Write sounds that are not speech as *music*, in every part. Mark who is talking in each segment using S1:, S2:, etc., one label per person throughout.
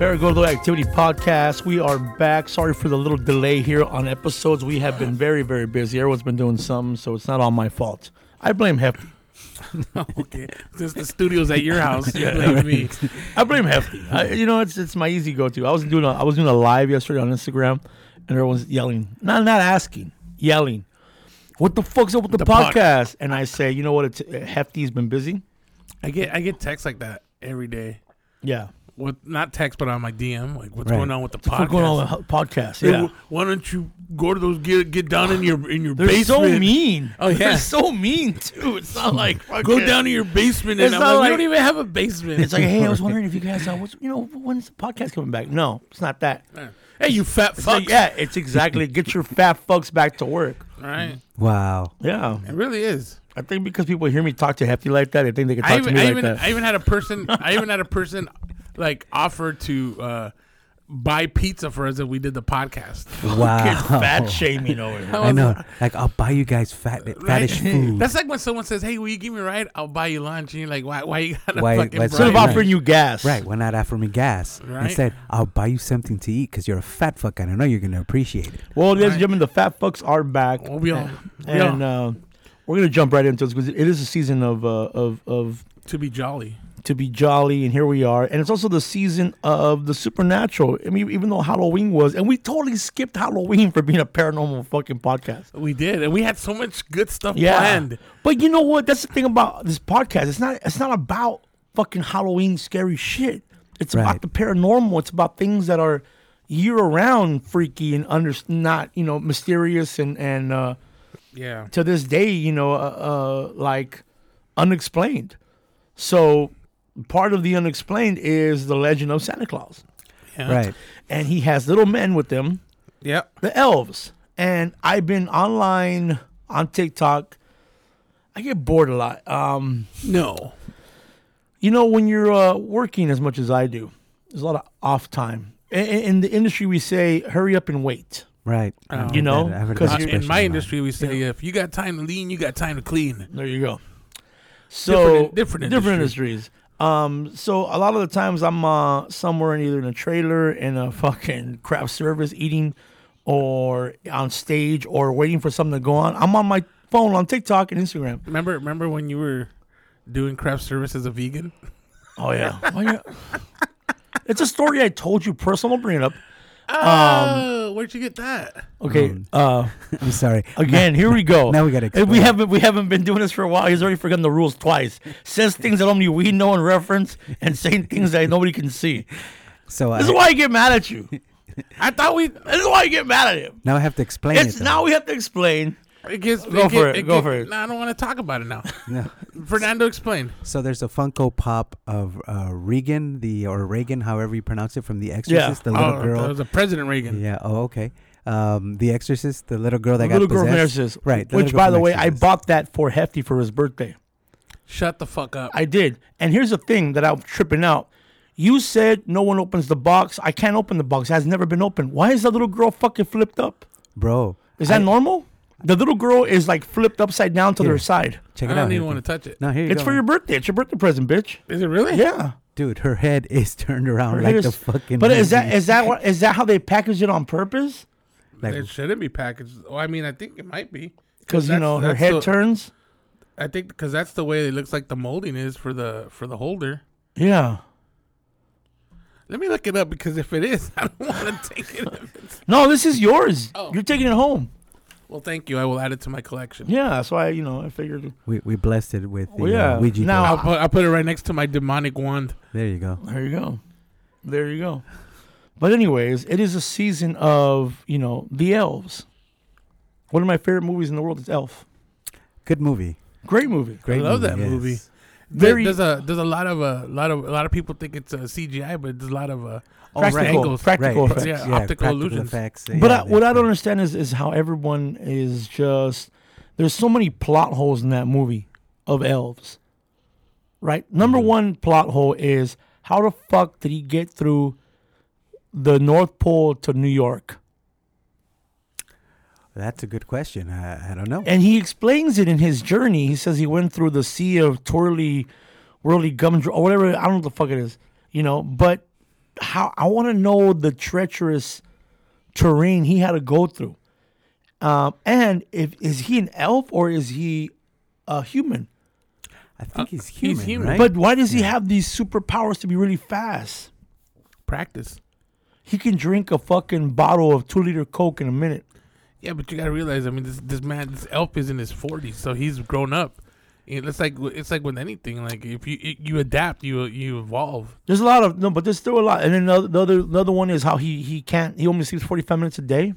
S1: Ergo Activity Podcast. We are back. Sorry for the little delay here on episodes. We have been very, very busy. Everyone's been doing something, so it's not all my fault. I blame Hefty.
S2: okay. Since the studio's at your house, you blame
S1: *laughs*
S2: me.
S1: I blame Hefty. I, you know, it's it's my easy go-to. I was doing a, I was doing a live yesterday on Instagram, and everyone's yelling, not not asking, yelling, "What the fuck's up with the,
S2: The pod-
S1: podcast?" And I say, you know what? It's, Hefty's been busy.
S2: I get I get texts like that every day.
S1: Yeah.
S2: With not text, but on my DM, like what's
S3: Right.
S2: going on with the podcast?
S1: What's going on with the podcast?
S2: Hey,
S1: Yeah.
S2: wh- Why don't you go to those get get down in your in your
S1: They're
S2: basement?
S1: so
S2: *laughs*
S1: mean.
S2: Oh, yeah.
S1: They're so mean too. It's not *laughs* like
S2: Go
S1: fucking-
S2: down to your basement,
S1: It's
S2: and I'm
S1: not
S2: like,
S1: like-
S2: we don't even have a basement.
S3: *laughs*
S1: It's like, hey, I was wondering if you guys, uh, what's, you know, when's the podcast coming back? No, it's not that.
S2: *laughs* hey, you fat
S1: It's like,
S2: fuck.
S1: yeah, it's exactly get your fat fucks back to work.
S2: All right,
S3: Wow.
S1: Yeah,
S2: it really is.
S1: I think because people hear me talk to Hefty like that, they think they can talk
S2: I
S1: to
S2: even,
S1: me
S2: I,
S1: like
S2: even
S1: that.
S2: I even had
S1: *laughs*
S2: a person I even had a person like offer to uh, buy pizza for us if we did the podcast.
S1: Kid
S3: Wow.
S1: fat shaming *laughs* over here.
S3: I know. Like I'll buy you guys fat
S2: *laughs*
S3: fattish food.
S2: That's like when someone says, "Hey, will you give me a ride? I'll buy you lunch." And you're like, "Why? Why you gotta
S3: Why-
S2: fucking
S3: why-
S2: bribe
S1: Instead of
S2: me?"
S3: Right.
S1: offering you gas,
S3: Right, why not offer me gas?
S2: Right.
S3: Instead, I'll buy you something to eat because you're a fat fuck and I know you're going to appreciate it.
S1: Well, ladies and gentlemen, the fat fucks are back,
S2: Well, we all, we all
S1: and uh, we're gonna jump right into it because it is a season of uh, of of
S2: to be jolly.
S1: to be jolly, and here we are. And it's also the season of the supernatural. I mean, even though Halloween was, and we totally skipped Halloween for being a paranormal fucking podcast.
S2: We did, and we had so much good stuff
S1: Yeah.
S2: planned.
S1: But you know what? That's the thing about this podcast. It's not it's not about fucking Halloween scary shit. It's about
S3: Right.
S1: the paranormal. It's about things that are year around freaky and under not, you know, mysterious and and uh
S2: Yeah,
S1: to this day, you know, uh, uh like unexplained. So part of the unexplained is the legend of Santa Claus. Uh,
S2: yeah.
S3: Right.
S1: And he has little men with him
S2: Yep.
S1: the elves. And I've been online on TikTok. I get bored a lot. Um,
S2: No.
S1: you know, when you're uh, working as much as I do, there's a lot of off time. In, in the industry, we say hurry up and wait.
S3: Right. I
S1: uh,
S3: heard
S1: You know,
S3: that- I heard
S1: 'cause
S3: that
S2: Uh,
S1: you're-
S3: expression
S2: in my
S3: a lot.
S2: industry, we say if you got time to lean, you got time to clean.
S1: There you go. So
S2: Different- different
S1: industries. Um, so a lot of the times I'm uh, somewhere in either in a trailer in a *laughs* fucking craft service eating, or on stage or waiting for something to go on. I'm on my phone on TikTok and Instagram.
S2: Remember, remember when you were doing craft service as a vegan?
S1: Oh yeah. *laughs* Oh, yeah. it's a story I told you personal. Don't bring it up. Um,
S2: Oh, where'd you get that?
S1: Okay. Uh,
S3: *laughs* I'm sorry.
S1: again, here we go.
S3: Now we gotta
S1: And We
S3: explain.
S1: haven't we haven't been doing this for a while. He's already forgotten the rules twice. Says things that only we know and reference, and saying things that nobody can see.
S3: So I,
S1: This is why I get mad at you.
S2: I thought we.
S1: This is why I get mad at him.
S3: now I have to explain
S1: It's
S3: it. though.
S1: now we have to explain.
S2: It gets,
S1: Go
S2: it
S1: for
S2: get-
S1: it, go
S2: get-
S1: for it.
S2: No, I don't want to talk about it now.
S3: No.
S2: Fernando, explain.
S3: So there's a Funko Pop of uh, Regan, the or Reagan, however you pronounce it, from The
S1: Yeah.
S3: Exorcist, the little
S2: oh,
S3: girl.
S2: that was a President Reagan.
S3: Yeah. Oh, okay. Um, the Exorcist, the little girl that
S1: little
S3: got
S1: girl from
S3: possessed.
S1: Exorcist,
S3: Right.
S1: Which,
S3: little girl
S1: by
S3: from
S1: the way, I
S3: Exorcist.
S1: bought that for Hefty for his birthday.
S2: Shut the fuck up.
S1: I did. And here's the thing that I'm tripping out. You said no one opens the box. I can't open the box. It has never been opened. Why is the little girl fucking flipped up?
S3: Bro,
S1: Is that
S3: I-
S1: normal? The little girl is like flipped upside down to
S3: Here.
S1: their side.
S3: check
S2: I
S3: it
S2: don't even
S3: out. Anthony.
S2: want to touch it.
S3: No, here you
S1: It's
S3: go,
S1: for your
S3: man.
S1: birthday. It's your birthday present,
S3: *laughs*
S1: bitch.
S2: Is it really?
S1: Yeah.
S3: dude. Her head is *laughs* turned around
S1: It
S3: like the
S1: is-
S3: fucking.
S1: but is that
S3: movie.
S1: is that what is that how they package it on purpose?
S3: Like,
S2: It shouldn't be packaged. Well, I mean, I think it might be.
S1: Because you
S2: That's-
S1: know her
S2: that's
S1: head
S2: the-
S1: turns.
S2: I think because that's the way it looks like the molding is for the for the holder.
S1: Yeah.
S2: Let me look it up because if it is, *laughs* I don't want to take it. if it's- *laughs*
S1: No, this is yours.
S2: Oh.
S1: You're taking it home.
S2: well, thank you. I will add it to my collection.
S1: Yeah. That's why you know I figured.
S3: we we blessed it with the
S1: Well, Oh, yeah.
S3: uh, Ouija
S1: Now-
S3: board.
S2: I'll put, I'll put it right next to my demonic wand.
S3: There you go.
S1: There you go. There you go. But anyways, it is a season of you know the elves. One of my favorite movies in the world is Elf.
S3: Good movie.
S1: Great movie.
S3: Great.
S2: love
S3: movie,
S2: that
S3: yes.
S2: movie. There-
S1: Very
S2: there's a there's a lot of a lot of a lot of people think it's a CGI, but there's a lot of uh,
S3: Oh, right.
S1: practical,
S2: Angles.
S1: practical
S3: Right.
S1: effects.
S2: Yeah, optical
S3: practical
S2: illusions.
S3: effects.
S1: But
S3: yeah,
S1: I, what I don't
S3: that's-
S1: understand is is how everyone is just there's so many plot holes in that movie of elves. Right? Number one plot hole is how the fuck did he get through the North Pole to New York?
S3: That's a good question. I, I don't know.
S1: And he explains it in his journey. He says he went through the sea of twirly, whirly gumdrop or whatever. I don't know what the fuck it is, you know. But how I want to know the treacherous terrain he had to go through. Um, and if is he an elf or is he a human?
S3: I think he's human,
S2: he's human.
S3: right?
S1: uh, But why does he have these superpowers to be really fast?
S2: Practice.
S1: He can drink a fucking bottle of two liter coke in a minute.
S2: Yeah, but you gotta realize, I mean, this this man, this elf is in his forties, so he's grown up. It- It's like it's like with anything. Like if you it- you adapt, you you evolve.
S1: There's a lot of no, but there's still a lot. And then the other, the other, the other one is how he he can't. He only sleeps 45 minutes a day.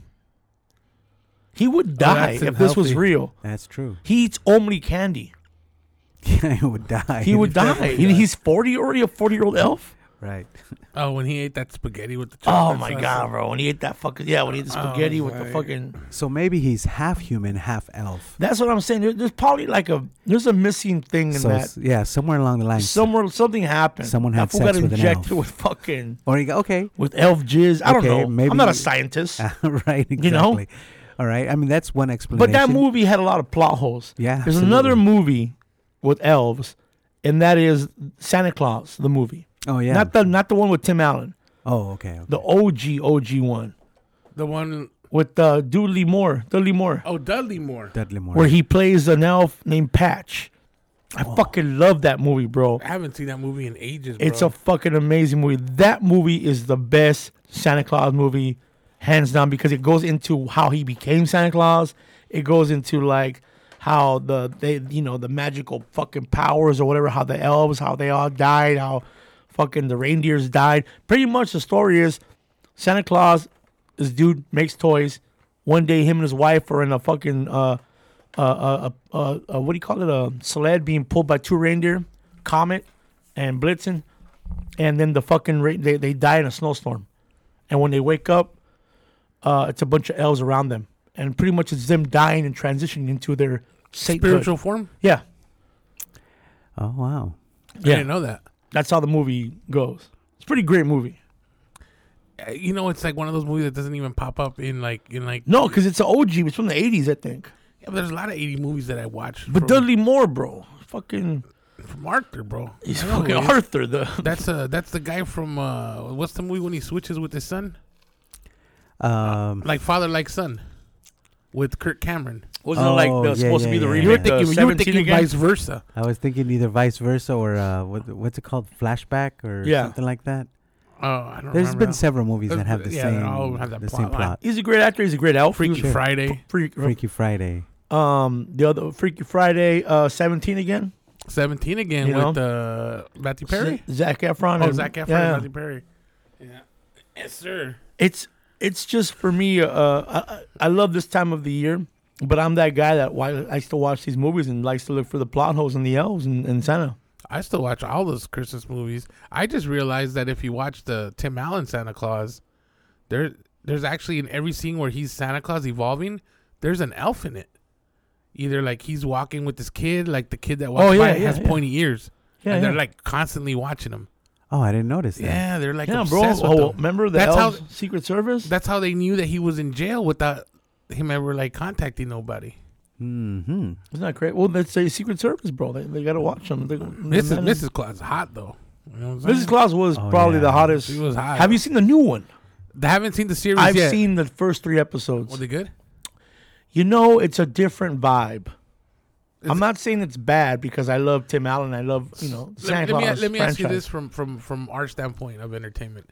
S1: He
S3: Oh,
S1: would die
S2: that's
S1: if this was
S2: unhealthy.
S1: real.
S3: That's true. *laughs*
S1: He eats only candy.
S3: he would die.
S1: He
S3: *laughs*
S1: would die. He- he's 40 already, a 40 year old elf.
S3: right.
S2: Oh, when he ate that spaghetti with the
S1: Oh
S2: chocolate
S1: my
S2: sauce.
S1: god, bro! When he ate that fucking yeah, when he ate the
S3: Oh,
S1: spaghetti with the fucking.
S3: So maybe he's half human, half elf.
S1: That's what I'm saying. There, there's probably like a there's a missing thing in
S3: So
S1: that.
S3: s- yeah, somewhere along the line.
S1: Somewhere something happened.
S3: Someone had
S1: that fool
S3: sex
S1: got
S3: with an
S1: injected
S3: elf.
S1: with fucking
S3: or he go, okay, *laughs*
S1: with elf jizz. I
S3: Okay,
S1: don't know.
S3: maybe-
S1: I'm not a scientist.
S3: right, exactly.
S1: know?
S3: All right. I mean, that's one explanation.
S1: But that movie had a lot of plot holes.
S3: Yeah,
S1: There's another
S3: absolutely.
S1: movie with elves, and that is Santa Claus, the movie.
S3: Oh yeah.
S1: Not the not the one with Tim Allen.
S3: oh okay. okay.
S1: The OG OG one
S2: The one
S1: with uh, Dudley Moore. Dudley Moore,
S2: oh Dudley Moore.
S3: Dudley Moore.
S1: where he plays an elf named Patch. I
S3: Oh.
S1: fucking love that movie, bro.
S2: I haven't seen that movie in ages. Bro.
S1: It's a fucking amazing movie. That movie is the best Santa Claus movie, hands down, because it goes into how he became Santa Claus. It goes into like how the they you know the magical fucking powers or whatever, how the elves, how they all died, how fucking the reindeers died. Pretty much the story is Santa Claus, this dude makes toys. One day, him and his wife are in a fucking uh, uh, uh, uh, uh, uh what do you call it? A sled being pulled by two reindeer, Comet and Blitzen, and then the fucking ra- they they die in a snowstorm, and when they wake up, uh, it's a bunch of elves around them, and pretty much it's them dying and transitioning into their sainthood.
S2: spiritual form.
S1: Yeah,
S3: oh wow.
S2: I
S1: yeah.
S2: didn't know that.
S1: That's how the movie goes. It's a pretty great movie.
S2: Uh, You know, it's like one of those movies that doesn't even pop up in like in like.
S1: No, because it's an OG. It's from the '80s, I think.
S2: Yeah, but there's a lot of eighty movies that I watched.
S1: But
S2: from,
S1: Dudley Moore, bro, fucking,
S2: from Arthur, bro.
S1: he's
S2: I don't know
S1: fucking
S2: who he is.
S1: Arthur. The
S2: That's uh that's the guy from uh what's the movie when he switches with his son?
S3: Um,
S2: Like father like son. With Kirk Cameron.
S1: wasn't
S3: Oh,
S1: like the,
S3: yeah,
S1: supposed
S3: yeah,
S1: to be the
S3: yeah,
S1: remake.
S3: yeah. You were
S1: the
S2: Thinking-
S1: 17
S2: you were thinking
S1: Uh, again?
S2: vice versa.
S3: I was thinking either vice versa or uh, what, what's it called, flashback or
S1: Yeah.
S3: something like that.
S2: Oh, I don't
S3: There's
S2: remember.
S3: been
S2: now.
S3: several movies
S2: There's
S3: that have the
S2: been- yeah, they
S3: same
S2: all have that
S3: the
S2: plot
S3: same
S2: line.
S3: plot.
S1: He's a great actor. He's a great elf.
S2: Freaky
S1: He was-
S2: Friday,
S1: Freak-
S3: Freaky Friday.
S1: um the other Freaky Friday uh 17 again.
S2: seventeen again
S1: You
S2: with uh Matthew Perry.
S1: Z- Zac Efron.
S2: Oh,
S1: and-
S2: Zach Efron,
S1: yeah.
S2: Matthew Perry. Yeah, yes sir.
S1: It's it's just for me. Uh, I, I love this time of the year, but I'm that guy that why likes to watch these movies and likes to look for the plot holes in the elves and, and Santa.
S2: I still watch all those Christmas movies. I just realized that if you watch the Tim Allen Santa Claus, there there's actually in every scene where he's Santa Claus evolving, there's an elf in it. Either like he's walking with this kid, like the kid that walks
S1: Oh, yeah,
S2: by
S1: yeah,
S2: has
S1: yeah.
S2: pointy ears.
S1: Yeah,
S2: and
S1: yeah.
S2: they're like constantly watching him.
S3: Oh, I didn't notice that.
S2: Yeah, they're like
S1: yeah, bro.
S2: obsessed with
S1: Oh,
S2: him.
S1: remember the
S2: That's how-
S1: elves, Secret Service?
S2: That's how they knew that he was in jail without him ever like contacting nobody.
S3: Mm-hmm.
S1: Isn't that great? Well, that's a Secret Service, bro. They, they gotta watch them. They,
S2: Mrs. Mrs. Claus hot though. You know what I'm
S1: Mrs.
S2: saying?
S1: Claus was
S3: Oh,
S1: probably
S3: yeah.
S1: the hottest.
S2: She was hot.
S1: Have you seen the new one?
S2: They haven't seen the series
S1: I've
S2: yet.
S1: seen the first three episodes.
S2: Were they good?
S1: you know, it's a different vibe. I'm
S2: It's-
S1: not saying it's bad because I love Tim Allen. I love you know
S2: let,
S1: Santa
S2: let me
S1: Claus.
S2: let me ask you
S1: franchise.
S2: this from from from our standpoint of entertainment.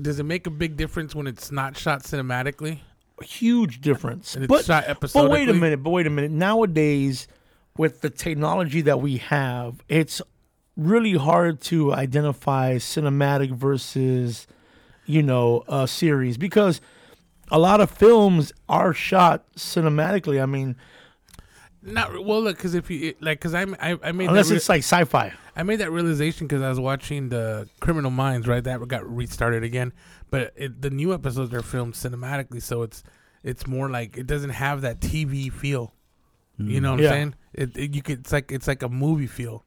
S2: Does it make a big difference when it's not shot cinematically
S1: huge difference.
S2: and it's
S1: But
S2: shot
S1: but
S2: episodically?
S1: wait a minute. But wait a minute. Nowadays, with the technology that we have, it's really hard to identify cinematic versus you know a series because a lot of films are shot cinematically. I mean,
S2: Not well, look, because if you it- like, because I I made that
S1: unless
S2: re-
S1: it's like sci-fi.
S2: I made that realization because I was watching the Criminal Minds, right? That got restarted again, but it, the new episodes are filmed cinematically, so it's it's more like it doesn't have that TV feel. You know what
S1: Mm. Yeah.
S2: I'm saying? It, it you could it's like it's like a movie feel.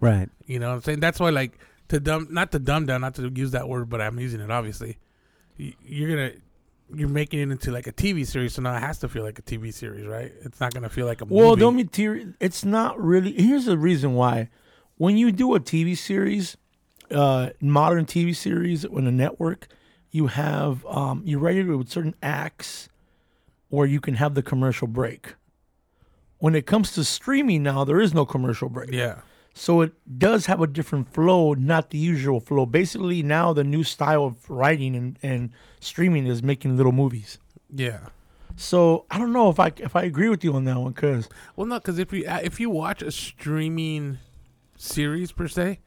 S3: Right.
S2: You know what I'm saying? That's why, like, to dumb, not to dumb down, not to use that word, but I'm using it obviously. Y- You're gonna, you're making it into like a TV series, so now it has to feel like a TV series, right? It's not gonna feel like a movie.
S1: Well, don't material. It's not really. Here's the reason why. When you do a TV series, uh, modern TV series on the network, you have um, you're regulated with certain acts, or you can have the commercial break. When it comes to streaming now, there is no commercial break.
S2: Yeah.
S1: So it does have a different flow, not the usual flow. Basically, now the new style of writing and, and streaming is making little movies.
S2: Yeah.
S1: So I don't know if I if I agree with you on that one, cause
S2: Well, no, because if you uh, if you watch a streaming series per se,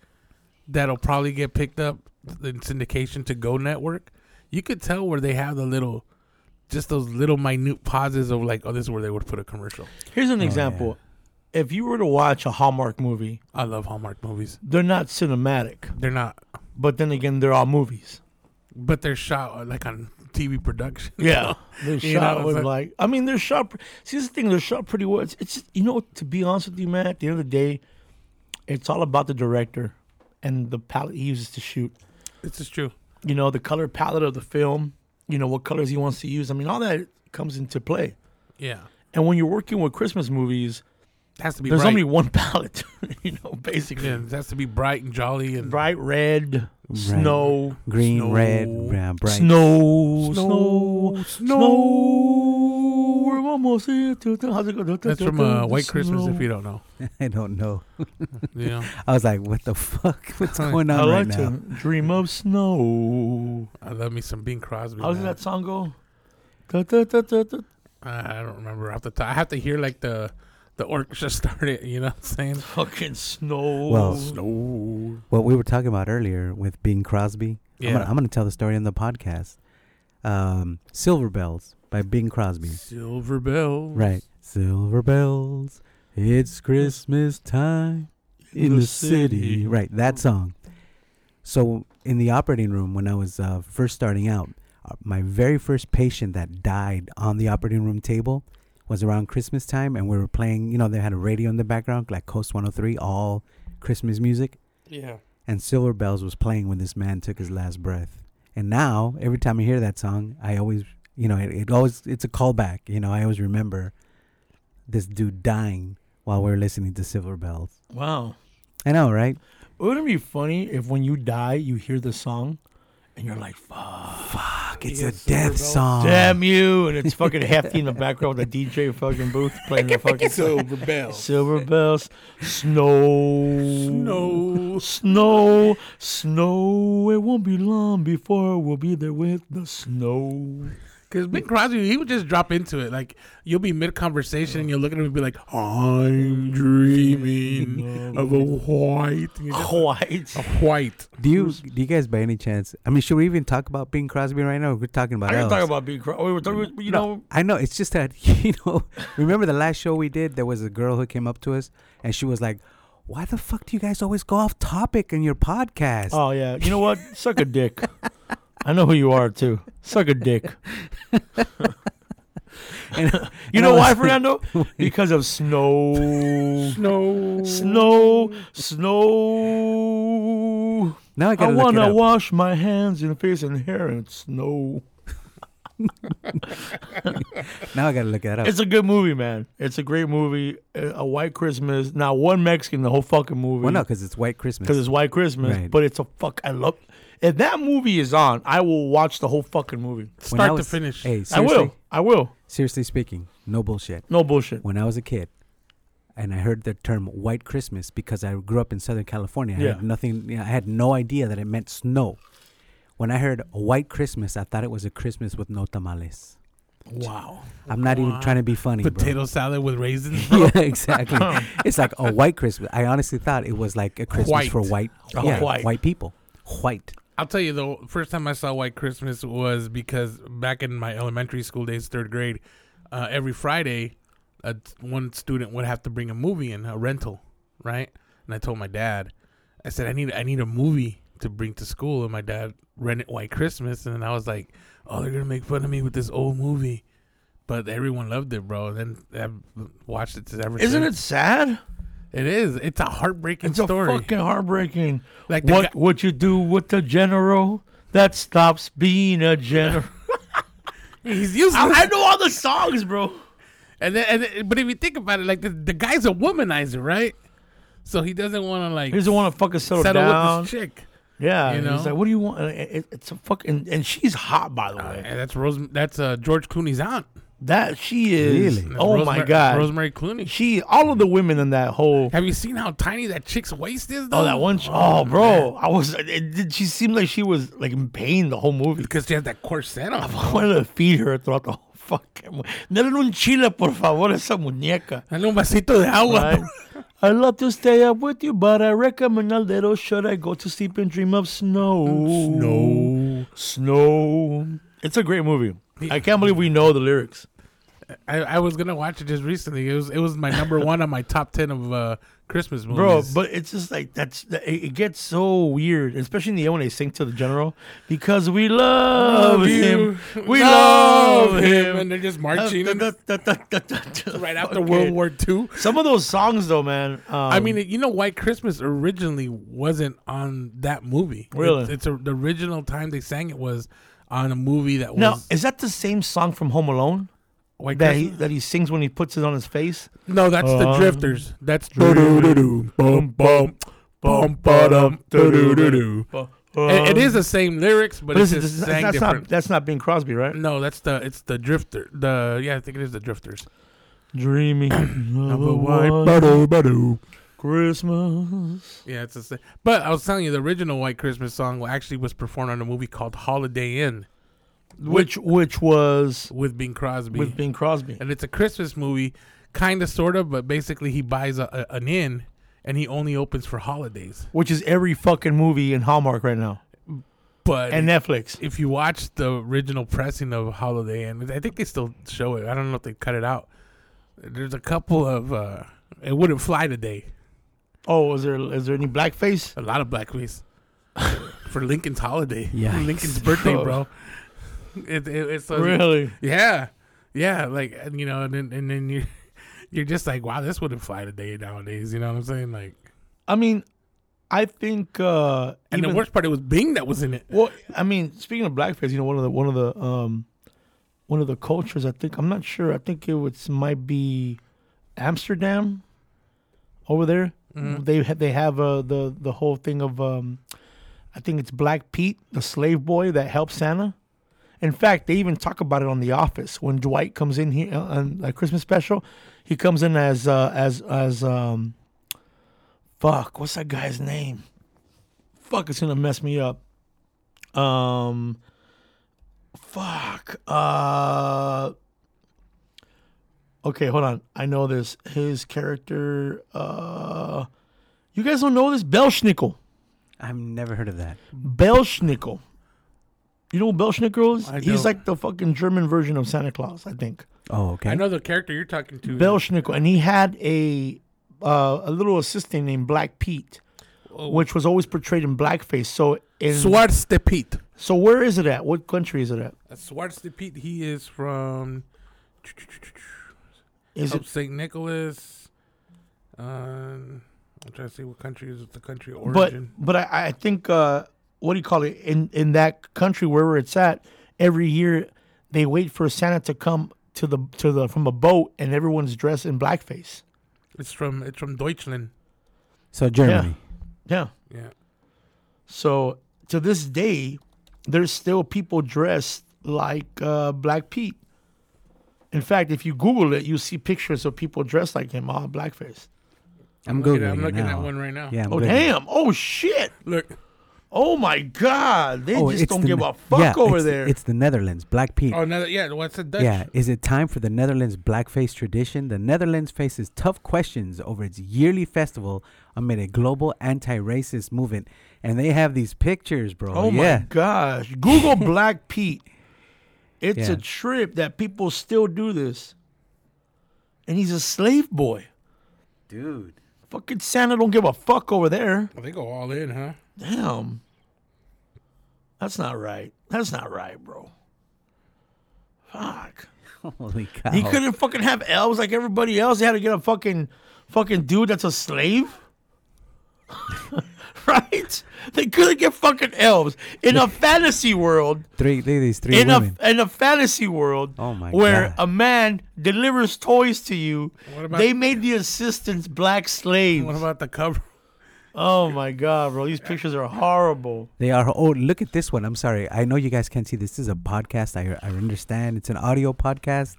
S2: that'll probably get picked up in syndication to Go Network. You could tell where they have the little, just those little minute pauses of like, oh, this is where they would put a commercial.
S1: here's an example. If you were to watch a Hallmark movie,
S2: I love Hallmark movies.
S1: they're not cinematic,
S2: They're not,
S1: but then again, they're all
S2: *laughs*
S1: movies.
S2: but they're shot uh, like on TV production. *laughs*
S1: Yeah, they're
S2: You know,
S1: shot
S2: it's
S1: with
S2: like-
S1: like I mean, they're shot. pr- See, this is the thing, they're shot pretty well. It's, it's you know, to be honest with you, man, at the end of the day, it's all about the director and the palette he uses to shoot.
S2: This is true.
S1: you know, the color palette of the film, you know, what colors he wants to use. I mean, all that comes into play.
S2: Yeah,
S1: And when you're working with Christmas movies,
S2: it has to be
S1: there's
S2: bright.
S1: only one *laughs* palette, you know, basically.
S2: yeah, it has to be bright and jolly and
S1: Bright red, snow,
S3: Green,
S2: Snow.
S3: red, brown, bright.
S1: snow, snow,
S2: Snow.
S1: snow. We're almost here. to- to- How's it go?
S2: That's from uh, White Christmas, if you don't know.
S3: *laughs* I don't know.
S2: Yeah,
S3: I was like, what the fuck? *laughs* What's going on
S1: I
S3: right
S1: like
S3: now?
S1: to dream of snow.
S2: I love me some Bing Crosby.
S1: How does
S2: man.
S1: that song go? Da- da- da- da- da-
S2: I I don't remember off the top. I have to hear like the the orchestra *laughs* start it. You know what I'm saying?
S1: Fucking snow.
S3: Well,
S2: Snow.
S3: What we were talking about earlier with Bing Crosby. I'm
S2: Yeah.
S3: gonna, I'm gonna tell the story in the podcast. Um, Silver Bells by Bing Crosby.
S2: Silver bells.
S3: Right. Silver bells, it's Christmas time in the city. Right, that song. So in the operating room when I was uh, first starting out, uh, my very first patient that died on the operating room table was around Christmas time, and we were playing. You know, they had a radio in the background, like Coast 103, all Christmas music,
S2: Yeah.
S3: and Silver Bells was playing when this man took his last breath. And now, every time I hear that song, I always, you know, it, it always it's a callback. You know, I always remember this dude dying while we were listening to Silver Bells.
S1: Wow.
S3: I know, right?
S1: Wouldn't it be funny if when you die, you hear the song and you're like, fuck,
S3: Fuck, it's
S2: Yeah,
S3: a
S2: Silver
S3: death
S2: Bells.
S3: song.
S1: damn you. And it's fucking hefty in the background with the DJ fucking booth playing the fucking
S2: Silver bells.
S1: silver bells. Snow.
S2: Snow.
S1: Snow. Snow. It won't be long before we'll be there with the snow.
S2: Because Bing Crosby, he would just drop into it. Like you'll be mid conversation and you'll look at him and be like, "I'm dreaming of a white,
S1: White.
S2: a white."
S3: Do you do you guys by any chance? I mean, should we even talk about Bing Crosby right now? We're talking about.
S1: I didn't
S3: elves.
S1: talk about being cro- We were talking, you know,
S3: I know. It's just that *laughs* you know. Remember the last show we did? There was a girl who came up to us and she was like, "Why the fuck do you guys always go off topic in your podcast?"
S1: Oh yeah. You know what? Suck a dick. I know who you are too. Suck a dick. you
S3: *laughs* and I
S1: know
S3: was
S1: why,
S3: like-
S1: Fernando? Because of snow.
S2: Snow.
S1: snow. Snow.
S3: Now I
S1: I
S3: gotta look it
S1: wanna
S3: up.
S1: wash my hands and face and hair in snow.
S3: now I gotta look it up.
S1: It's a good movie, man. It's a great movie. A a white Christmas. Not one Mexican in the whole fucking movie.
S3: well, no, because it's White Christmas.
S1: Because it's White Christmas,
S3: Right.
S1: but it's a fuck. I love. If that movie is on, I will watch the whole fucking movie.
S3: When I
S2: Start
S3: was-
S2: to finish.
S3: Hey,
S1: I
S3: seriously,
S1: will. I will.
S3: seriously speaking, no bullshit.
S1: No bullshit.
S3: When I was a kid, and I heard the term "White Christmas" because I grew up in Southern California. I
S1: Yeah.
S3: had nothing. You know, I had no idea that it meant snow. When I heard "White Christmas," I thought it was a Christmas with no tamales.
S1: Wow.
S3: I'm not even
S2: Wow.
S3: trying to be funny,
S2: Potato salad with raisins.
S3: bro. *laughs* yeah, exactly. it's like a white Christmas. I honestly thought it was like a Christmas
S2: White.
S3: for white,
S1: Oh,
S3: yeah,
S1: white.
S3: white, people. White.
S2: I'll tell you the first time I saw White Christmas was because back in my elementary school days, third grade, uh, every Friday, uh, one student would have to bring a movie in a rental, right? And I told my dad, I said I need I need a movie to bring to school, and my dad rented White Christmas, and I was like, oh, they're gonna make fun of me with this old movie, but everyone loved it, bro. And then I've watched it ever
S1: Isn't it
S2: since.
S1: sad?
S2: It is. It's a heartbreaking
S1: It's
S2: story.
S1: a fucking heartbreaking.
S2: like the
S1: what
S2: guy-
S1: would you do with the general that stops being a
S2: *laughs*
S1: general?
S2: he's useless.
S1: I, I know all the songs, bro.
S2: And then, and then- but if you think about it, like the, the guy's a womanizer, right? So he doesn't want to like
S1: He doesn't want to fucking settle,
S2: settle
S1: down.
S2: with this chick.
S1: Yeah,
S2: You
S1: and he's
S2: know?
S1: like, "What do you want?" Uh, it- it's a fucking, and she's hot, by the
S2: Uh,
S1: way.
S2: and that's Rose. That's uh, George Clooney's aunt.
S1: That she is.
S3: Really?
S2: That's
S1: Oh my
S2: Rosemary-
S1: god,
S2: Rosemary Clooney.
S1: she, all of the women in that whole.
S2: Have you seen how tiny that chick's waist is? Though?
S1: Oh, that one. Oh, bro, I was. It, it, she seemed like she was like in pain the whole movie. *laughs*
S2: because she has that corset on.
S1: I wanted to feed her throughout the whole fucking movie. Dale un chile, por favor, esa muñeca.
S2: Dale un vasito de agua.
S1: Right? *laughs* I love to stay up with you, but I recommend a little. Should I go to sleep and dream of snow?
S2: Snow.
S1: snow. It's a great movie. I can't believe we know the lyrics.
S2: I, I was gonna watch it just recently. It was it was my number one on my top ten of uh, Christmas
S1: Bro,
S2: movies.
S1: but it's just like that's it it gets so weird, especially in the end when they sing to the general because we love, him, we love him,
S2: and they're just marching and *laughs* right
S1: right
S2: after World War II.
S1: Some of those songs, though, man. Um,
S2: I mean, you know, White Christmas originally wasn't on that movie.
S1: Really?
S2: it's, it's a, the original time they sang it was on a movie that was
S1: now is that the same song from Home Alone
S2: White
S1: that he
S2: Christmas.
S1: that he sings when he puts it on his face?
S2: no, that's the
S1: Um,
S2: Drifters. That's
S1: Drifters.
S2: bum bum bum ba-dum, da-do-do-do. It- it is the same lyrics, but,
S1: But
S2: it's
S1: listen,
S2: just
S1: this is-
S2: sang
S1: that's
S2: different.
S1: not that's not Bing Crosby, right?
S2: no, that's the it's the Drifter. The yeah, I think it is the Drifters.
S1: Dreaming
S2: *coughs*
S1: of a white Christmas.
S2: Yeah, it's the same. But I was telling you, the original White Christmas song wa- actually was performed on a movie called Holiday Inn
S1: which which was
S2: with Bing Crosby,
S1: with Bing Crosby.
S2: and it's a Christmas movie, kind of, sort of, but basically he buys a, a, an inn and he only opens for holidays.
S1: which is every fucking movie in Hallmark right now
S2: But
S1: and Netflix.
S2: if you watch the original pressing of Holiday Inn, I think they still show it. I don't know if they cut it out. There's a couple of uh, it wouldn't fly today.
S1: Oh, is there is there any blackface?
S2: A lot of
S1: *laughs*
S2: blackface for Lincoln's holiday.
S3: Yikes.
S2: Lincoln's birthday,
S1: Bro. *laughs*
S2: bro. It, it, it's so-
S1: Really?
S2: Yeah, yeah. Like and, you know, and then and then you *laughs* you're just like, wow, this wouldn't fly today nowadays. You know what I'm saying? Like,
S1: I mean, I think uh
S2: and
S1: even-
S2: the worst part, it was Bing that was in it.
S1: Well, I mean, speaking of blackface, you know, one of the one of the um one of the cultures I think I'm not sure. I think it was might be Amsterdam over there. They ha- they have uh, the the whole thing of um I think it's Black Pete, the slave boy that helps Santa. In fact, they even talk about it on The Office when Dwight comes in here uh, on a Christmas special. He comes in as uh, as as um fuck, what's that guy's name? Fuck, it's gonna mess me up. Um, fuck. Uh, okay, hold on. I know this. His character. Uh, you guys don't know this? Belschnickel.
S3: I've never heard of that.
S1: Belschnickel. You know who Belschnickel is?
S2: I
S1: He's
S2: don't.
S1: like the fucking German version of Santa Claus, I think.
S3: Oh, okay.
S2: I know the character you're talking to.
S1: Belschnickel, and he had a uh, a little assistant named Black Pete,
S2: oh,
S1: which was always portrayed in blackface. So in
S2: Swartz de Pete.
S1: so where is it at? What country is it at?
S2: Uh, Swartz de Pete. He is from
S1: Is
S2: of
S1: it
S2: St. Nicholas. Um, I'm trying to see what country is the country of
S1: but
S2: origin.
S1: but I, I think uh, what do you call it in in that country wherever it's at every year they wait for Santa to come to the to the from a boat and everyone's dressed in blackface.
S2: it's from it's from Deutschland.
S3: So Germany.
S1: Yeah.
S2: Yeah.
S1: So to this day, there's still people dressed like uh, Black Pete. In fact, if you Google it, you see pictures of people dressed like him, all blackface.
S3: I'm
S2: Look at
S3: googling.
S2: that. I'm
S3: it
S2: looking
S3: now.
S2: at one right now.
S3: Yeah. I'm
S1: Oh
S3: googling.
S1: damn! Oh shit!
S2: Look.
S1: Oh my god! They
S3: Oh,
S1: just
S3: it's
S1: don't
S3: the
S1: give
S3: Ne-
S1: a fuck
S3: yeah,
S1: over
S3: it's-
S1: there.
S3: It's the Netherlands, Black Pete.
S2: Oh, another. Yeah. What's the Dutch?
S3: Yeah, is it time for the Netherlands blackface tradition? The Netherlands faces tough questions over its yearly festival amid a global anti-racist movement, and they have these pictures, bro.
S1: Oh
S3: yeah,
S1: my gosh.
S3: *laughs*
S1: Google Black Pete. It's
S3: Yeah.
S1: a trip that people still do this. And he's a slave boy. *laughs*
S3: dude.
S1: Fucking Santa don't give a fuck over there.
S2: Well, they go all in, huh?
S1: Damn. That's not right. That's not right, bro. Fuck.
S3: Holy cow!
S1: He couldn't fucking have elves like everybody else. He had to get a fucking fucking dude that's a slave. *laughs* right? They couldn't get fucking elves. In a fantasy world,
S3: three look at these three
S1: in
S3: women.
S1: a in a fantasy world
S3: Oh my
S1: where
S3: God.
S1: a man delivers toys to you
S2: What about-
S1: they made the assistants black slaves
S2: What about the cover? *laughs*
S1: Oh my god, bro! These pictures are horrible.
S3: They are. Oh, look at this one. I'm sorry. I know you guys can't see this. This is a podcast. I, I understand. It's an audio podcast.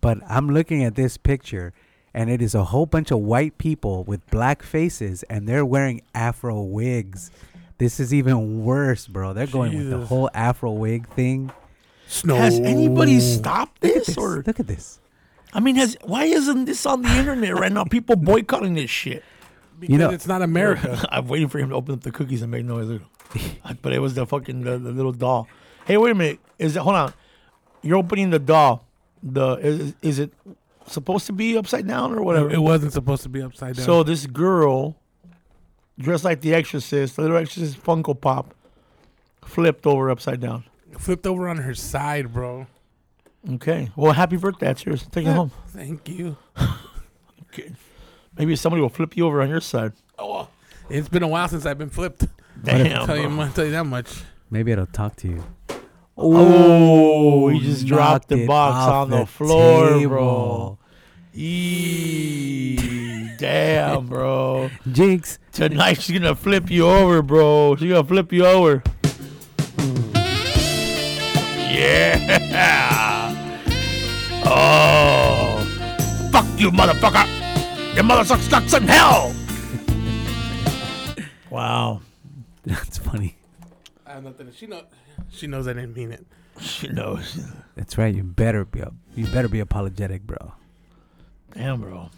S3: But I'm looking at this picture, and it is a whole bunch of white people with black faces, and they're wearing afro wigs. This is even worse, bro. They're going with the
S2: Jesus.
S3: whole afro wig thing.
S2: Snow.
S1: Has
S3: Oh.
S1: anybody stopped
S3: Look at
S1: this
S3: this.
S1: or?
S3: Look at this.
S1: I mean, has why isn't this on the internet right now? People boycotting this shit. *laughs*
S2: Because
S3: You know-
S2: it's not America.
S1: I'm waiting for him to open up the cookies and make noise. *laughs* but it was the fucking the, the little doll. Hey, wait a minute. Is it? Hold on. You're opening the doll. The is, is it supposed to be upside down or whatever?
S2: it wasn't supposed to be upside down.
S1: So this girl, dressed like the Exorcist, the little Exorcist Funko Pop, flipped over upside down.
S2: flipped over on her side, bro.
S1: Okay. Well, happy birthday. That's yours. Take it home.
S2: Thank you.
S1: Okay. Maybe somebody will flip you over on your side.
S2: Oh, it's been a while since I've been flipped.
S1: Damn.
S2: I'll tell you,
S1: bro.
S2: mu- tell you that much.
S3: Maybe it'll talk to you.
S1: Oh, he just
S3: knocked
S1: dropped the
S3: it
S1: box
S3: off
S1: on the floor,
S3: table.
S1: Eee, *laughs* damn, bro.
S3: Jinx. *laughs*
S1: Tonight she's gonna flip you over, bro. She's gonna flip you over. Yeah. *laughs* Oh. Fuck you, motherfucker. Your mother sucks sucks in hell. wow.
S3: That's funny.
S2: I have nothing. She know. She knows I didn't mean it.
S1: She knows.
S3: That's right. You better be. up. You better be apologetic, bro.
S1: Damn, bro.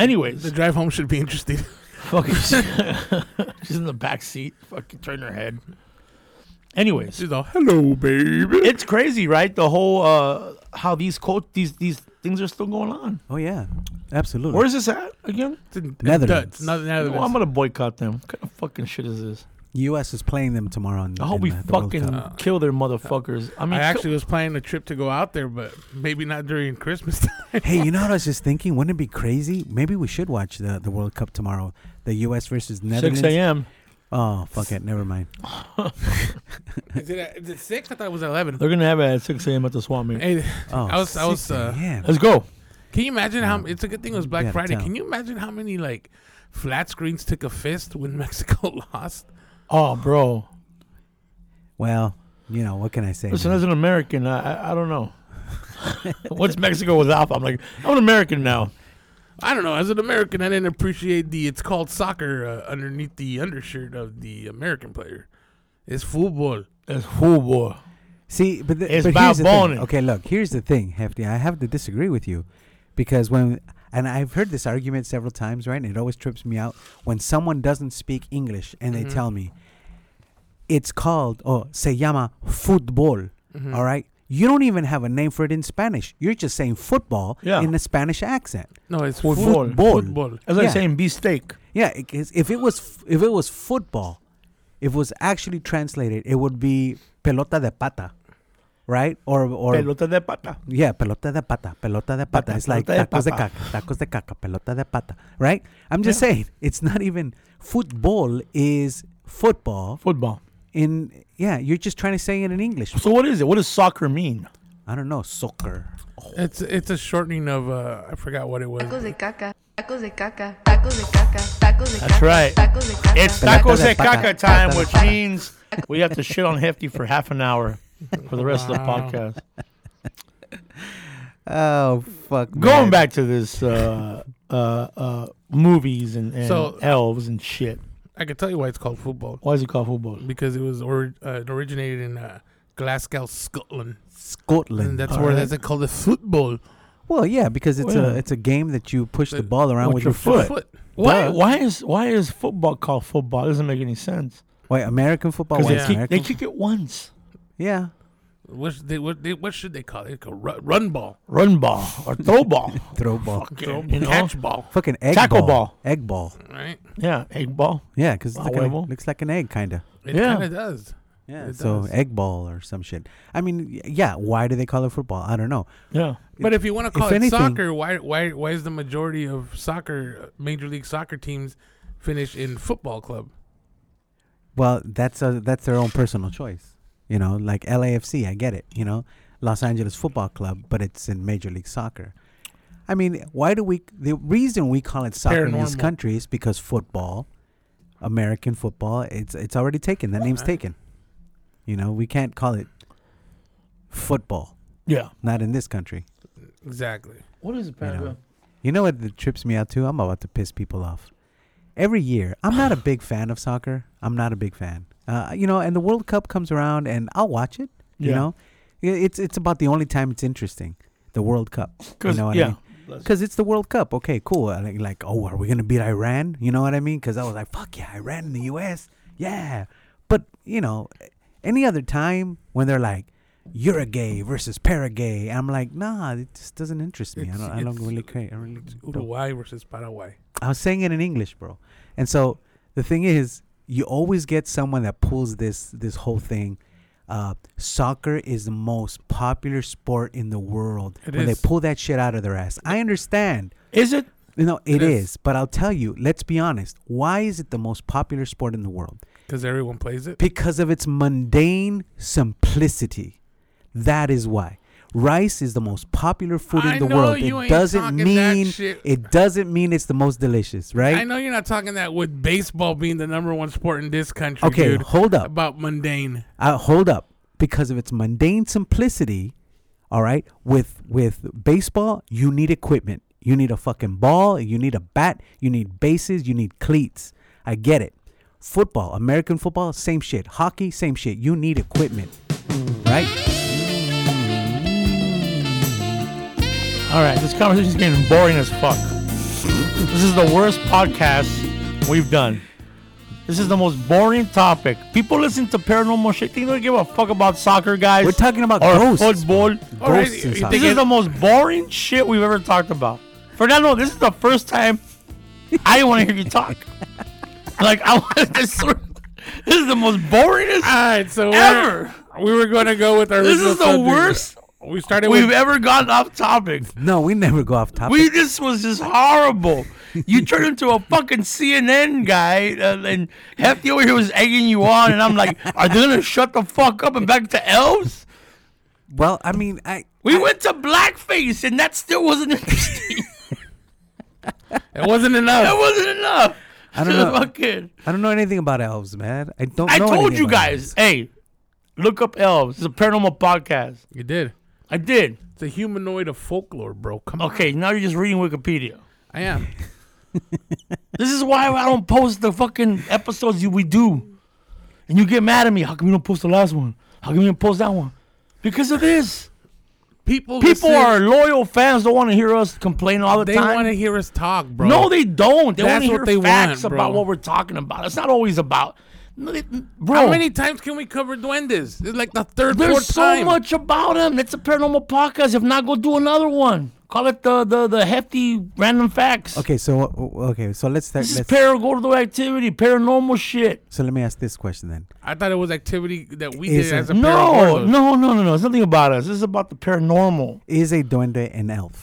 S1: Anyways,
S2: The drive home should be interesting. *laughs*
S1: fucking *laughs* she's in the back seat. Fucking turn her head. Anyways,
S2: She's all, "Hello, baby."
S1: it's crazy, right? The whole uh how these co- these these things are still going on.
S3: Oh yeah, absolutely.
S1: Where is this at again?
S2: It's in-
S3: Netherlands.
S2: Dutch, not Netherlands.
S1: Well, I'm gonna boycott them. What kind of fucking shit is this?
S3: U.S. is playing them tomorrow. In,
S1: I
S2: Oh,
S1: hope
S3: in uh,
S1: we
S3: the- the World
S1: fucking
S2: *laughs*
S3: Cup.
S2: Cup.
S1: kill their motherfuckers. I mean,
S2: I
S1: kill-
S2: actually was planning a trip to go out there, but maybe not during Christmas *laughs* time.
S3: hey, you know what I was just thinking? Wouldn't it be crazy? Maybe we should watch the, the World Cup tomorrow. The U.S. versus Netherlands.
S1: six a.m.
S3: Oh fuck it, never mind.
S2: is, it at, is it six? I thought it was at eleven.
S1: They're gonna have it at six a.m. at the swap meet.
S2: Hey,
S3: Oh,
S2: *laughs* I was- I was,
S3: 6
S2: uh,
S3: a.m..
S1: Let's go.
S2: can you imagine how?
S3: Yeah.
S2: It's a good thing it was
S3: Yeah,
S2: Black
S3: the
S2: Friday.
S3: town.
S2: Can you imagine how many like flat screens took a fist when *laughs* Mexico lost?
S1: Oh, bro.
S3: well, you know what can I say?
S1: Listen,
S3: man?
S1: as an American, I I, I don't *laughs* know. Once Mexico was out, I'm like, I'm an American now.
S2: I don't know. As an American, I didn't appreciate the it's called soccer uh, underneath the undershirt of the American player. It's football.
S1: It's football.
S3: See, but, the,
S1: It's
S3: but here's the thing.
S1: Balboni.
S3: Okay, look, here's the thing, Hefty. I have to disagree with you because when and I've heard this argument several times, right? And it always trips me out when someone doesn't speak English and they
S2: Mhm.
S3: tell me it's called or se llama football.
S2: Mhm.
S3: all right, you don't even have a name for it in Spanish. You're just saying football
S1: Yeah.
S3: in a Spanish accent.
S2: No, it's
S1: Football.
S2: football. Football.
S1: As I'm
S3: Yeah.
S1: saying, beefsteak.
S3: Yeah, it- 'cause if it was f- if it was football, if it was actually translated, it would be pelota de pata, right? Or or
S1: Pelota de pata.
S3: Yeah, pelota de pata, pelota de pata.
S1: Pata,
S3: it's like
S1: pelota de
S3: tacos de,
S1: papa.
S3: caca, tacos de caca, pelota de pata. Right? I'm just saying, it's not even football is football
S1: Football.
S3: in yeah, you're just trying to say it in English.
S1: So what is it? What does soccer mean?
S3: I don't know, soccer.
S2: It's it's a shortening of uh, I forgot what it was.
S4: Tacos de caca, tacos de caca, tacos de caca, tacos de caca.
S1: That's right.
S4: Tacos de caca.
S1: It's
S3: Pelota
S1: tacos
S3: de
S1: de
S3: pata.
S1: caca time, which means we have to shit on Hefty for half an hour for the rest of the
S2: Wow.
S1: podcast.
S3: Oh fuck.
S1: Going
S3: man.
S1: back to this uh, uh, uh, movies and, and
S2: So-
S1: elves and shit.
S2: I can tell you why it's called football
S1: Why is it called football?
S2: because it was or, uh, it originated in uh, Glasgow, Scotland, and
S3: Scotland.
S2: that's
S1: All
S2: where
S1: right.
S2: that's called the football.
S3: well, yeah, because it's
S1: Well, yeah.
S3: a it's a game that you push the
S2: With-
S3: ball around with your foot.
S1: Why?
S3: Duh.
S1: Why is why is football called football? It doesn't make any sense.
S3: Wait, American football?
S1: Because
S3: Why
S2: Well,
S1: they,
S2: yeah.
S3: it's
S1: kick, they
S3: American?
S1: kick it once.
S3: yeah.
S2: What, should they, what, they, what should they call it? Like a ru- run ball,
S1: Run ball or throw ball.
S3: Throw ball.
S1: Throw- you know?
S2: catch ball,
S3: Fucking egg
S1: Tackle
S3: ball.
S1: ball.
S3: Egg ball.
S2: right?
S1: Yeah, egg ball.
S3: Yeah, because it
S1: Huevo.
S3: looks like an egg, kind of.
S2: It
S1: Yeah.
S2: kind of does.
S3: Yeah,
S2: It
S3: so
S2: does.
S3: egg ball or some shit. I mean, y- yeah. Why do they call it football? I don't know.
S1: Yeah.
S2: But if you want to call
S3: if
S2: it
S3: anything-
S2: soccer, why why why is the majority of soccer major league soccer teams finish in football club?
S3: Well, that's a, that's their own personal choice. You know, like LAFC, I get it. You know, Los Angeles Football Club, but it's in Major League Soccer. I mean, why do we? The reason we call it soccer in this
S2: Paranormal.
S3: country is because football American football. It's it's already taken. That name's taken. You know, we can't call it football.
S1: Yeah.
S3: Not in this country.
S2: Exactly.
S1: What is it,
S3: Panda? You know what that trips me out too? I'm about to piss people off. Every year,
S1: *sighs*
S3: I'm not a big fan of soccer. I'm not a big fan. Uh, you know, and the World Cup comes around, and I'll watch it. You
S1: Yeah.
S3: know, I- it's it's about the only time it's interesting, the World Cup. You know what I
S1: yeah.
S3: mean? Because it's the World Cup. Okay, cool. I Like, like, oh, are we gonna beat Iran? You know what I mean? Because I was like, fuck yeah, Iran and the U.S. Yeah, but you know, any other time when they're like, you're a gay versus para-gay, I'm like, nah, it just doesn't interest me. I
S2: It's-
S3: don't, I don't
S2: it's-
S3: really care. I really
S2: It's
S3: don't.
S2: Uruguay versus Paraguay.
S3: I was saying it in English, bro. And so the thing is, you always get someone that pulls this this whole thing. Uh, soccer is the most popular sport in the world.
S2: It
S3: when
S2: is.
S3: they pull that shit out of their ass, I understand.
S1: Is it?
S3: You know,
S2: It
S3: it
S2: is.
S3: is. But I'll tell you, let's be honest. Why is it the most popular sport in the world?
S2: Because everyone plays it.
S3: Because of its mundane simplicity. That is why. Rice is the most popular food
S2: I
S3: in the
S2: know
S3: world.
S2: you
S3: it
S2: ain't
S3: doesn't
S2: talking that
S3: mean
S2: shit.
S3: it doesn't mean it's the most delicious, right?
S2: I know you're not talking that with baseball being the number one sport in this country,
S3: Okay,
S2: dude.
S3: hold up.
S2: About mundane.
S3: uh, hold up because of its mundane simplicity all right with with baseball you need equipment you need a fucking ball you need a bat you need bases you need cleats i get it football american football same shit hockey same shit you need equipment right
S1: All right, this conversation's getting boring as fuck. this is the worst podcast we've done. This is the most boring topic. People listen to paranormal shit. They don't give a fuck about soccer, guys.
S3: we're talking about
S1: or
S3: ghosts
S1: football.
S2: All right,
S3: Ghosts and
S2: you
S3: soccer.
S1: This
S2: think
S1: is the most boring shit we've ever talked about. Fernando, this is the first time I didn't want to hear you talk. Like I was *laughs* this. This is the most boringest
S2: All right, so we're-
S1: Ever.
S2: we were going to go with our.
S1: This is
S2: original
S1: the
S2: subject.
S1: worst
S2: We started
S1: we've
S2: with
S1: ever gotten off topic.
S3: no we never go off topic
S1: We this was just horrible. You turned into a fucking CNN guy, uh, and Hefty over here was egging you on, and I'm like, are they gonna shut the fuck up and back to elves?
S3: well i mean i
S1: We went to blackface, and that still wasn't *laughs* interesting.
S2: it wasn't
S1: that
S2: enough.
S1: wasn't enough.
S3: I don't
S1: To
S3: know.
S1: Fucking,
S3: i don't know anything about elves man i don't
S1: I
S3: know
S1: told
S3: anything
S1: you
S3: about
S1: guys,
S3: elves.
S1: hey, look up elves. It's a paranormal podcast.
S2: You did.
S1: I did.
S2: It's a humanoid of folklore, bro. Come on.
S1: Okay, now you're just reading Wikipedia.
S2: I
S1: *laughs*
S2: am.
S1: This is why I don't post the fucking episodes you we do. And you get mad at me. How come you don't post the last one? How come you didn't post that one? Because of this.
S2: People
S1: People
S2: listen-
S1: are loyal fans, don't want to hear us complain all the
S2: They
S1: time.
S2: want to hear us talk, bro.
S1: No, they don't. They want
S2: That's
S1: to hear
S2: what they
S1: facts
S2: want,
S1: about
S2: bro.
S1: what we're talking about. It's not always about. No, they- Bro,
S2: How many times can we cover duendes? It's like the third,
S1: there's
S2: fourth
S1: so
S2: time.
S1: much about them. It's a paranormal podcast. If not, go do another one. Call it the the, the hefty random facts.
S3: okay so okay so let's start
S1: This is
S3: let's,
S1: paragordo activity, paranormal shit.
S3: so let me ask this question then
S2: I thought it was activity that we
S3: Is
S2: did
S3: it-
S2: as a
S1: No,
S2: Paragordos.
S1: no, no, no, no. It's nothing about us. This is about the paranormal.
S3: is a duende an elf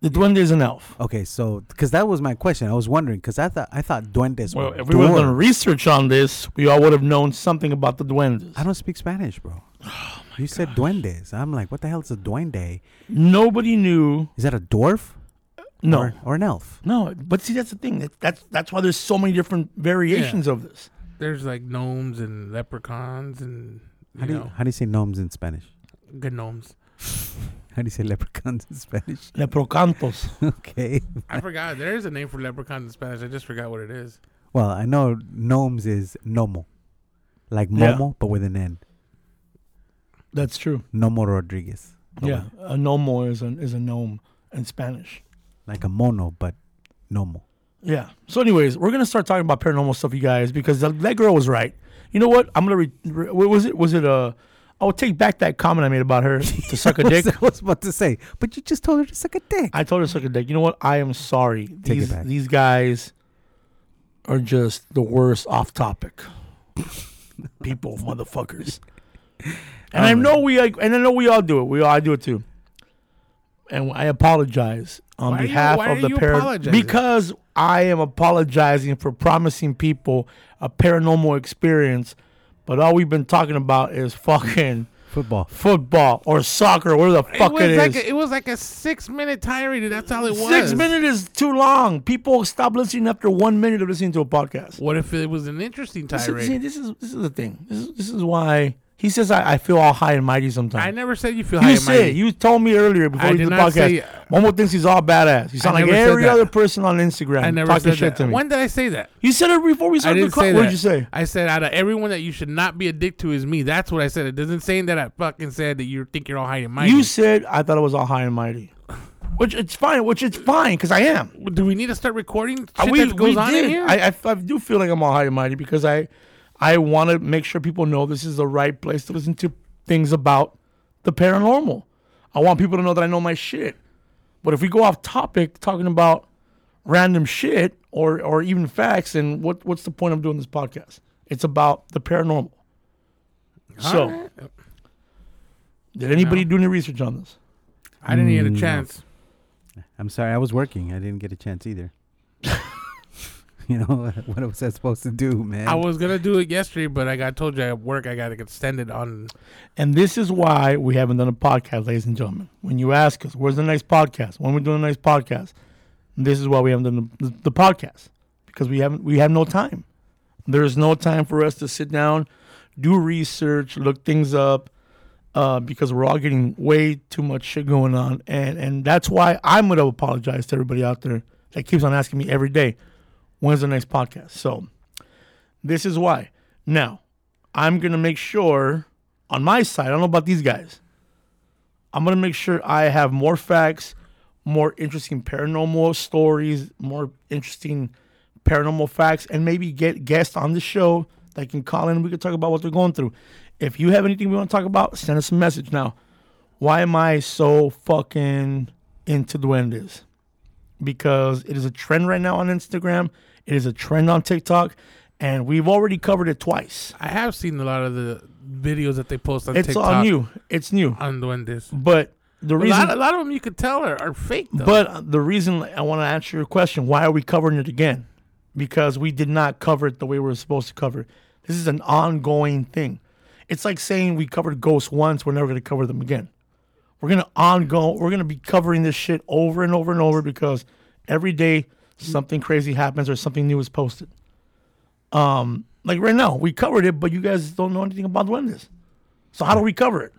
S1: The duende is an elf.
S3: Okay, so because that was my question, I was wondering because I thought I thought duendes.
S1: Well,
S3: were
S1: if we would have done
S3: dwarves.
S1: research on this, we all would have known something about the duendes.
S3: I don't speak Spanish, bro.
S1: Oh
S3: you said duendes. I'm like, what the hell is a duende?
S1: Nobody knew.
S3: Is that a dwarf?
S1: No,
S3: or, or an elf?
S1: no. But see, that's the thing. That- That's that's why there's so many different variations of this.
S2: There's like gnomes and leprechauns and
S3: How
S2: you
S3: do you,
S2: know
S3: how do you say gnomes in Spanish?
S2: gnomes.
S3: How do you say leprechauns in Spanish? *laughs*
S1: Leprocantos.
S3: okay.
S2: I forgot. There is a name for leprechauns in Spanish. I just forgot what it is.
S3: Well, I know gnomes is nomo, like
S1: Yeah.
S3: momo, but with an N.
S1: That's true.
S3: Nomo Rodriguez.
S1: Yeah, a gnomo is an is a gnome in Spanish.
S3: Like a mono, but nomo.
S1: Yeah. So, anyways, we're gonna start talking about paranormal stuff, you guys, because that, that girl was right. You know what? I'm gonna. Re- re- what was it? Was it uh I will take back that comment I made about her to suck
S3: *laughs*
S1: a *laughs* dick.
S3: I was about to say, but you just told her to suck a dick.
S1: I told her to suck a dick. You know what? I am sorry.
S3: Take it
S1: these
S3: back.
S1: these guys are just the worst off
S2: *laughs*
S1: topic people, motherfuckers. And I
S3: Um,
S1: know we like, and I know we all do it. We all I do it too. And I apologize on
S2: Why are you-
S1: behalf
S2: why
S1: of
S2: are
S1: the
S2: you
S1: parent
S2: apologizing?
S1: because I am apologizing for promising people a paranormal experience, but all we've been talking about is fucking
S3: Football.
S1: football or soccer, whatever the fuck
S2: it was
S1: it is.
S2: like A, it was like a six minute tirade. That's all it was.
S1: Six minutes is too long. People stop listening after one minute of listening to a podcast.
S2: What if it was an interesting
S1: This is, see,
S2: tirade?
S1: this is this is the thing. This is, this is why he says I, I feel all high and mighty sometimes.
S2: I never said you feel high
S1: You
S2: and
S1: said
S2: mighty.
S1: you told me earlier before
S2: I
S1: we
S2: did
S1: did the
S2: not
S1: podcast.
S2: say- uh,
S1: Momo thinks he's all badass. You sound like
S2: never said
S1: every
S2: that.
S1: other person on Instagram.
S2: I never
S1: talking
S2: said
S1: shit
S2: that.
S1: to me.
S2: When did I say that?
S1: you said it before we
S2: I
S1: started the
S2: didn't
S1: call.
S2: say
S1: What
S2: that.
S1: did you say?
S2: I said out of everyone that you should not be a dick to is me. That's what I said. It doesn't say that I fucking said that you think you're all high and mighty.
S1: You said I thought it was all high and mighty, which it's fine. Which it's fine because I am.
S2: Do we need to start recording
S1: Uh,
S2: shit that goes on in here?
S1: I, I, I do feel like I'm all high and mighty because I, I want to make sure people know this is the right place to listen to things about the paranormal. I want people to know that I know my shit. But if we go off topic talking about random shit or or even facts, then what what's the point of doing this podcast? It's about the paranormal. so,
S2: Alright.
S1: did anybody do any research on this?
S2: I didn't get
S3: Mm,
S2: a
S3: no.
S2: chance.
S3: I'm sorry, I was working. I didn't get a chance either. *laughs* you know *laughs* what was I supposed to do,
S1: Mm.
S3: man?
S2: I was gonna do it yesterday, but I got told you at work I gotta extend it on.
S1: And this is why we haven't done a podcast, ladies and gentlemen. When you ask us, where's the next podcast? When we're doing the next podcast, this is why we haven't done the, the podcast because we haven't we have no time. There's no time for us to sit down, do research, look things up, uh, because we're all getting way too much shit going on, and and that's why I'm gonna apologize to everybody out there that keeps on asking me every day, when's the next podcast? So this is why. Now, I'm gonna make sure on my side, I don't know about these guys. I'm gonna make sure I have more facts, more interesting paranormal stories, more interesting paranormal facts, and maybe get guests on the show that can call in and we can talk about what they're going through. If you have anything we want to talk about, send us a message. Now, why am I so fucking into duendes? Because it is a trend right now on Instagram, it is a trend on TikTok, and we've already covered it twice.
S2: I have seen a lot of the videos that they post on
S1: It's
S2: TikTok
S1: all new. It's new.
S2: on doing this.
S1: But the
S2: A
S1: reason
S2: lot, a lot of them you could tell are, are fake. Though.
S1: But the reason I want to answer your question, why are we covering it again? Because we did not cover it the way we were supposed to cover it. This is an ongoing thing. It's like saying we covered ghosts once, we're never going to cover them again. We're going to ongo. We're going to be covering this shit over and over and over because every day something crazy happens or something new is posted. Um, like right now, we covered it, but you guys don't know anything about duendes. So how do we cover it?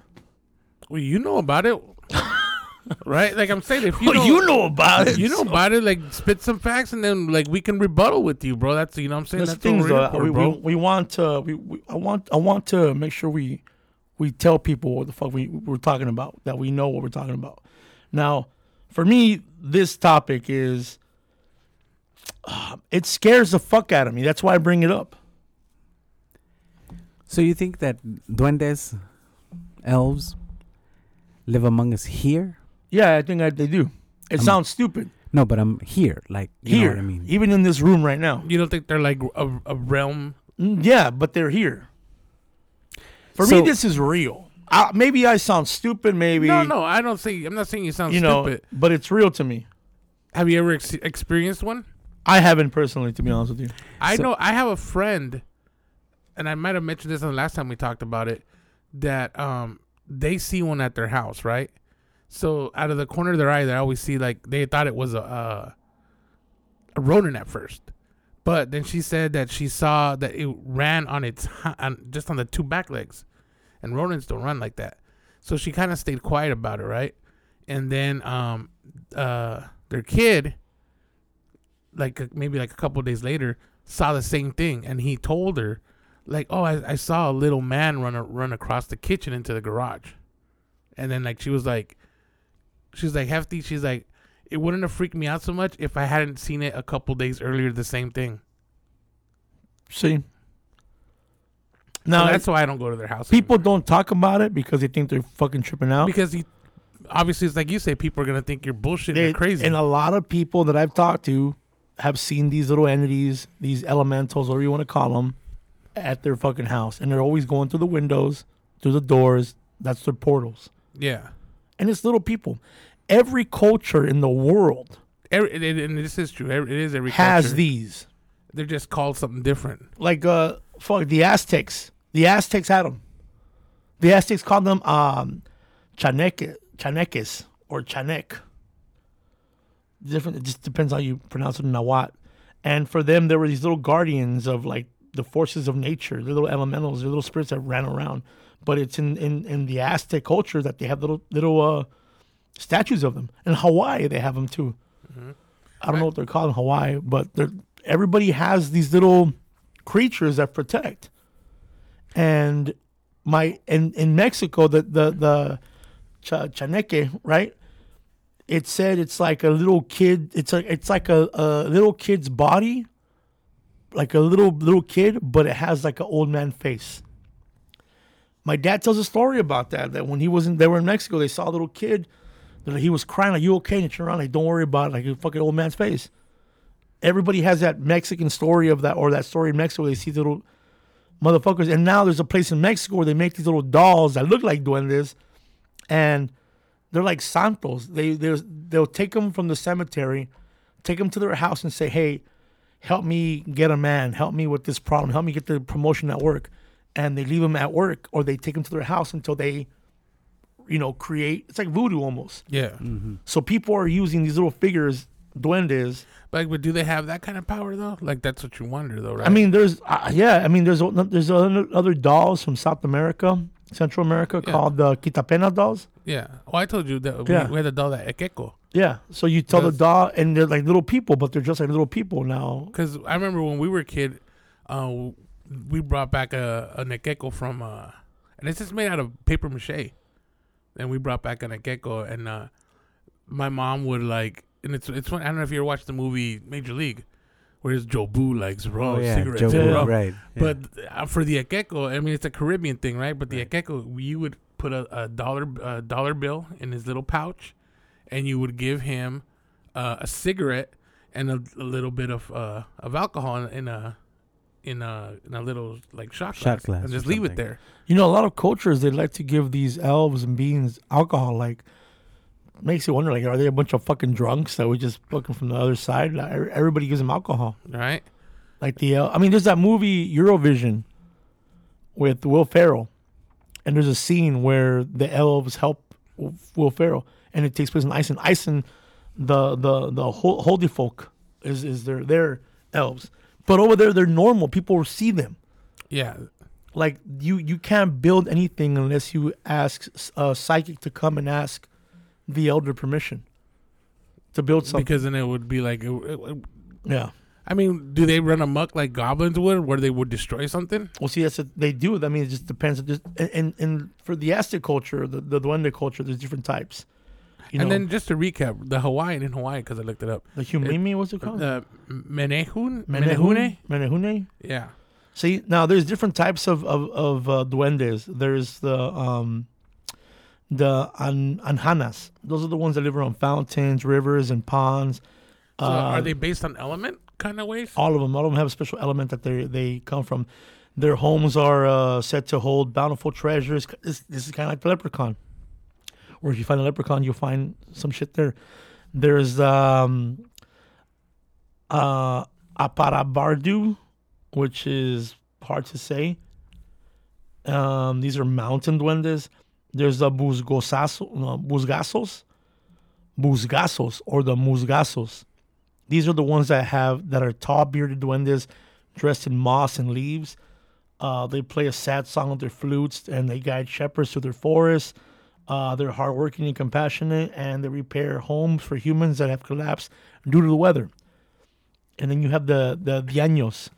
S2: well, you know
S1: *laughs*
S2: about it, right? Like I'm saying, if you
S1: You know,
S2: know,
S1: you know about it.
S2: you know about it, like spit some facts and then like we can rebuttal with you, bro. That's you know what I'm saying.
S1: That's the
S2: what
S1: thing,
S2: we're
S1: though.
S2: here for,
S1: we, we,
S2: bro.
S1: we want to. We, we I want I want to make sure we we tell people what the fuck we we're talking about. That we know what we're talking about. Now, for me, this topic is uh, it scares the fuck out of me. That's why I bring it up.
S3: so you think that duendes, elves, live among us here?
S1: Yeah, I think I, they do. It sounds stupid
S3: No, but I'm here. Like you know
S1: here,
S3: what I mean?
S1: even in this room right now.
S2: You don't think they're like a, a realm?
S1: Mm, Yeah, but they're here. For
S3: So-
S1: me, this is real. I, maybe I sound stupid. Maybe
S2: No, no, I don't say. I'm not saying you sound
S1: you know,
S2: stupid.
S1: but it's real to me.
S2: Have you ever ex- experienced one?
S1: I haven't personally, to be honest with you.
S2: I
S3: So-
S2: know I have a friend, and I might have mentioned this on the last time we talked about it, that um they see one at their house, right? So out of the corner of their eye, they always see like they thought it was a uh, a rodent at first, but then she said that she saw that it ran on its hi- on, just on the two back legs, and rodents don't run like that. So she kind of stayed quiet about it, right? And then um uh their kid like uh, maybe like a couple days later saw the same thing and he told her like oh I, I saw a little man run a, run across the kitchen into the garage and then like she was like she's like hefty she's like it wouldn't have freaked me out so much if i hadn't seen it a couple days earlier the same thing
S1: See,
S2: now
S1: now
S2: that's why i don't go to their house
S1: people don't talk about it because they think they're fucking tripping out.
S2: anymore. because he obviously it's like you say people are gonna think you're bullshit
S1: They-
S2: and crazy
S1: And a lot of people that I've talked to have seen these little entities, these elementals, whatever you want to call them, at their fucking house, and they're always going through the windows, through the doors. That's their portals,
S2: yeah
S1: and it's little people. Every culture in the world
S2: every, and- and this is true every, it is every
S1: has
S2: culture.
S1: these.
S2: they're just called something different
S1: Like uh, fuck the Aztecs. The Aztecs had them. The Aztecs called them um, chaneque, chaneques or chanek. Different. It just depends how you pronounce it in Nahuatl. And for them, there were these little guardians of like the forces of nature, the little elementals, the little spirits that ran around. But it's in, in, in the Aztec culture that they have little little uh, statues of them. In Hawaii, they have them too. I don't know what they're called in Hawaii, but they're, everybody has these little creatures that protect. And my in, in Mexico, the the the cha, chaneque, right? It said it's like a little kid. It's a it's like a, a little kid's body, like a little little kid, but it has like an old man face. My dad tells a story about that. That when he was in, they were in Mexico, they saw a little kid. That he was crying, like, "You okay?" And he turned around, like, "Don't worry about it." Like a fucking old man's face. Everybody has that Mexican story of that, or that story in Mexico. Where they see little motherfuckers, and now there's a place in Mexico where they make these little dolls that look like duendes, and they're like santos. They there's- they'll take them from the cemetery, take them to their house, and say, "Hey, help me get a man, help me with this problem, help me get the promotion at work. And they leave them at work or they take them to their house until they, you know, create. It's like voodoo almost.
S2: Yeah.
S1: So people are using these little figures, duendes.
S2: Like, but do they have that kind of power though? Like, that's what you wonder though, right?
S1: I mean, there's, uh, yeah, I mean, there's o- there's other other dolls from South America, Central America
S2: Yeah.
S1: called the Quitapena dolls.
S2: yeah. Well, I told you that
S1: Yeah.
S2: we, we had a doll that Ekeko.
S1: Yeah. So you tell the
S2: Yes.
S1: doll, and they're like little people, but they're just like little people now.
S2: Because I remember when we were a kid, uh, we brought back a, a Nekeko from, uh, and it's just made out of paper mache. And we brought back a Nekeko, and uh, my mom would like, and it's it's when I don't know if you ever watched the movie Major League, where it's Joe Boo likes raw cigarettes,
S3: Oh, Joe
S1: Oh, yeah.
S2: *laughs*
S3: Boo,
S2: raw.
S3: right? yeah.
S2: But uh, for the Akeko, I mean, it's a Caribbean thing, right? But the Akeko, you would put a, a dollar a dollar bill in his little pouch, and you would give him uh, a cigarette and a, a little bit of uh, of alcohol in, in a in a in a little like shot glass,
S3: Shot glass
S2: and
S3: or
S2: just leave it
S3: something.
S2: there.
S1: You know, a lot of cultures they like to give these elves and beings alcohol. Like, makes you wonder, like, are they a bunch of fucking drunks that were just fucking from the other side? Like, every- everybody gives them alcohol.
S2: Right?
S1: Like the, uh, I mean, there's that movie Eurovision with Will Ferrell, and there's a scene where the elves help W- Will Ferrell, and it takes place in Iceland. Iceland, the the the Ho- holy folk is is their their elves, but over there they're normal. People see them
S2: Yeah.
S1: like you you can't build anything unless you ask s- a psychic to come and ask the elder permission to build something.
S2: Because then it would be like, it- it-
S1: yeah.
S2: I mean, do they run amok like goblins would, where they would destroy something?
S1: Well, see, that's what they do. I mean, it just depends. It just, and, and and for the Aztec culture, the the Duende culture, there's different types. You
S2: and
S1: know,
S2: then just to recap, the Hawaiian in Hawaii, because I looked it up,
S1: the Humimi, what's it called?
S2: the Menehune, uh, Menehune,
S1: Menehune. Menehune.
S2: yeah.
S1: See, now there's different types of of, of uh, duendes. There's the um, the an, anjanas. Those are the ones that live around fountains, rivers, and ponds.
S2: So
S1: Uh,
S2: are they based on element kind of ways?
S1: all of them. All of them have a special element that they they come from. Their homes are uh, said to hold bountiful treasures. This, this is kind of like the leprechaun, where if you find a leprechaun, you'll find some shit there. There's um, uh, Aparabardu, which is hard to say. Um, these are mountain duendes. There's the Busgosaso, no, Busgasos, Busgasos, or the Musgasos. These are the ones that have that are tall bearded duendes, dressed in moss and leaves. Uh, they play a sad song with their flutes, and they guide shepherds through their forests. Uh, they're hardworking and compassionate, and they repair homes for humans that have collapsed due to the weather. And then you have the the dianos.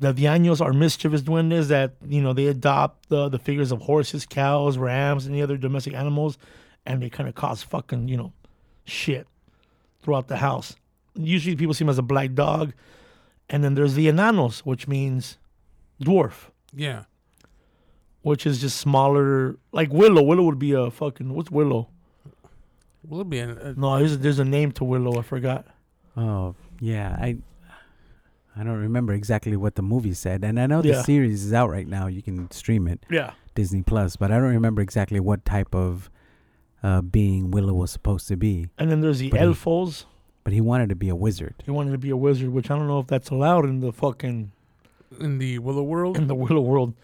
S1: The dianos are mischievous duendes that you know they adopt the the figures of horses, cows, rams, and the other domestic animals, and they kind of cause fucking you know shit throughout the house. Usually people see him as a black dog. And then there's the enanos, which means dwarf,
S2: Yeah.
S1: which is just smaller. Like Willow. Willow would be a fucking. What's Willow?
S2: Will it be an, uh,
S1: No, there's a, there's a name to Willow. I forgot.
S3: Oh yeah, I I don't remember exactly what the movie said, and I know
S1: Yeah.
S3: the series is out right now. You can stream it
S1: Yeah.
S3: Disney Plus, but I don't remember exactly what type of uh, being Willow was supposed to be.
S1: And then there's the
S3: But he-
S1: elfos.
S3: But he wanted to be a wizard.
S1: He wanted to be a wizard, which I don't know if that's allowed in the fucking
S2: in the Willow world?
S1: in the Willow world.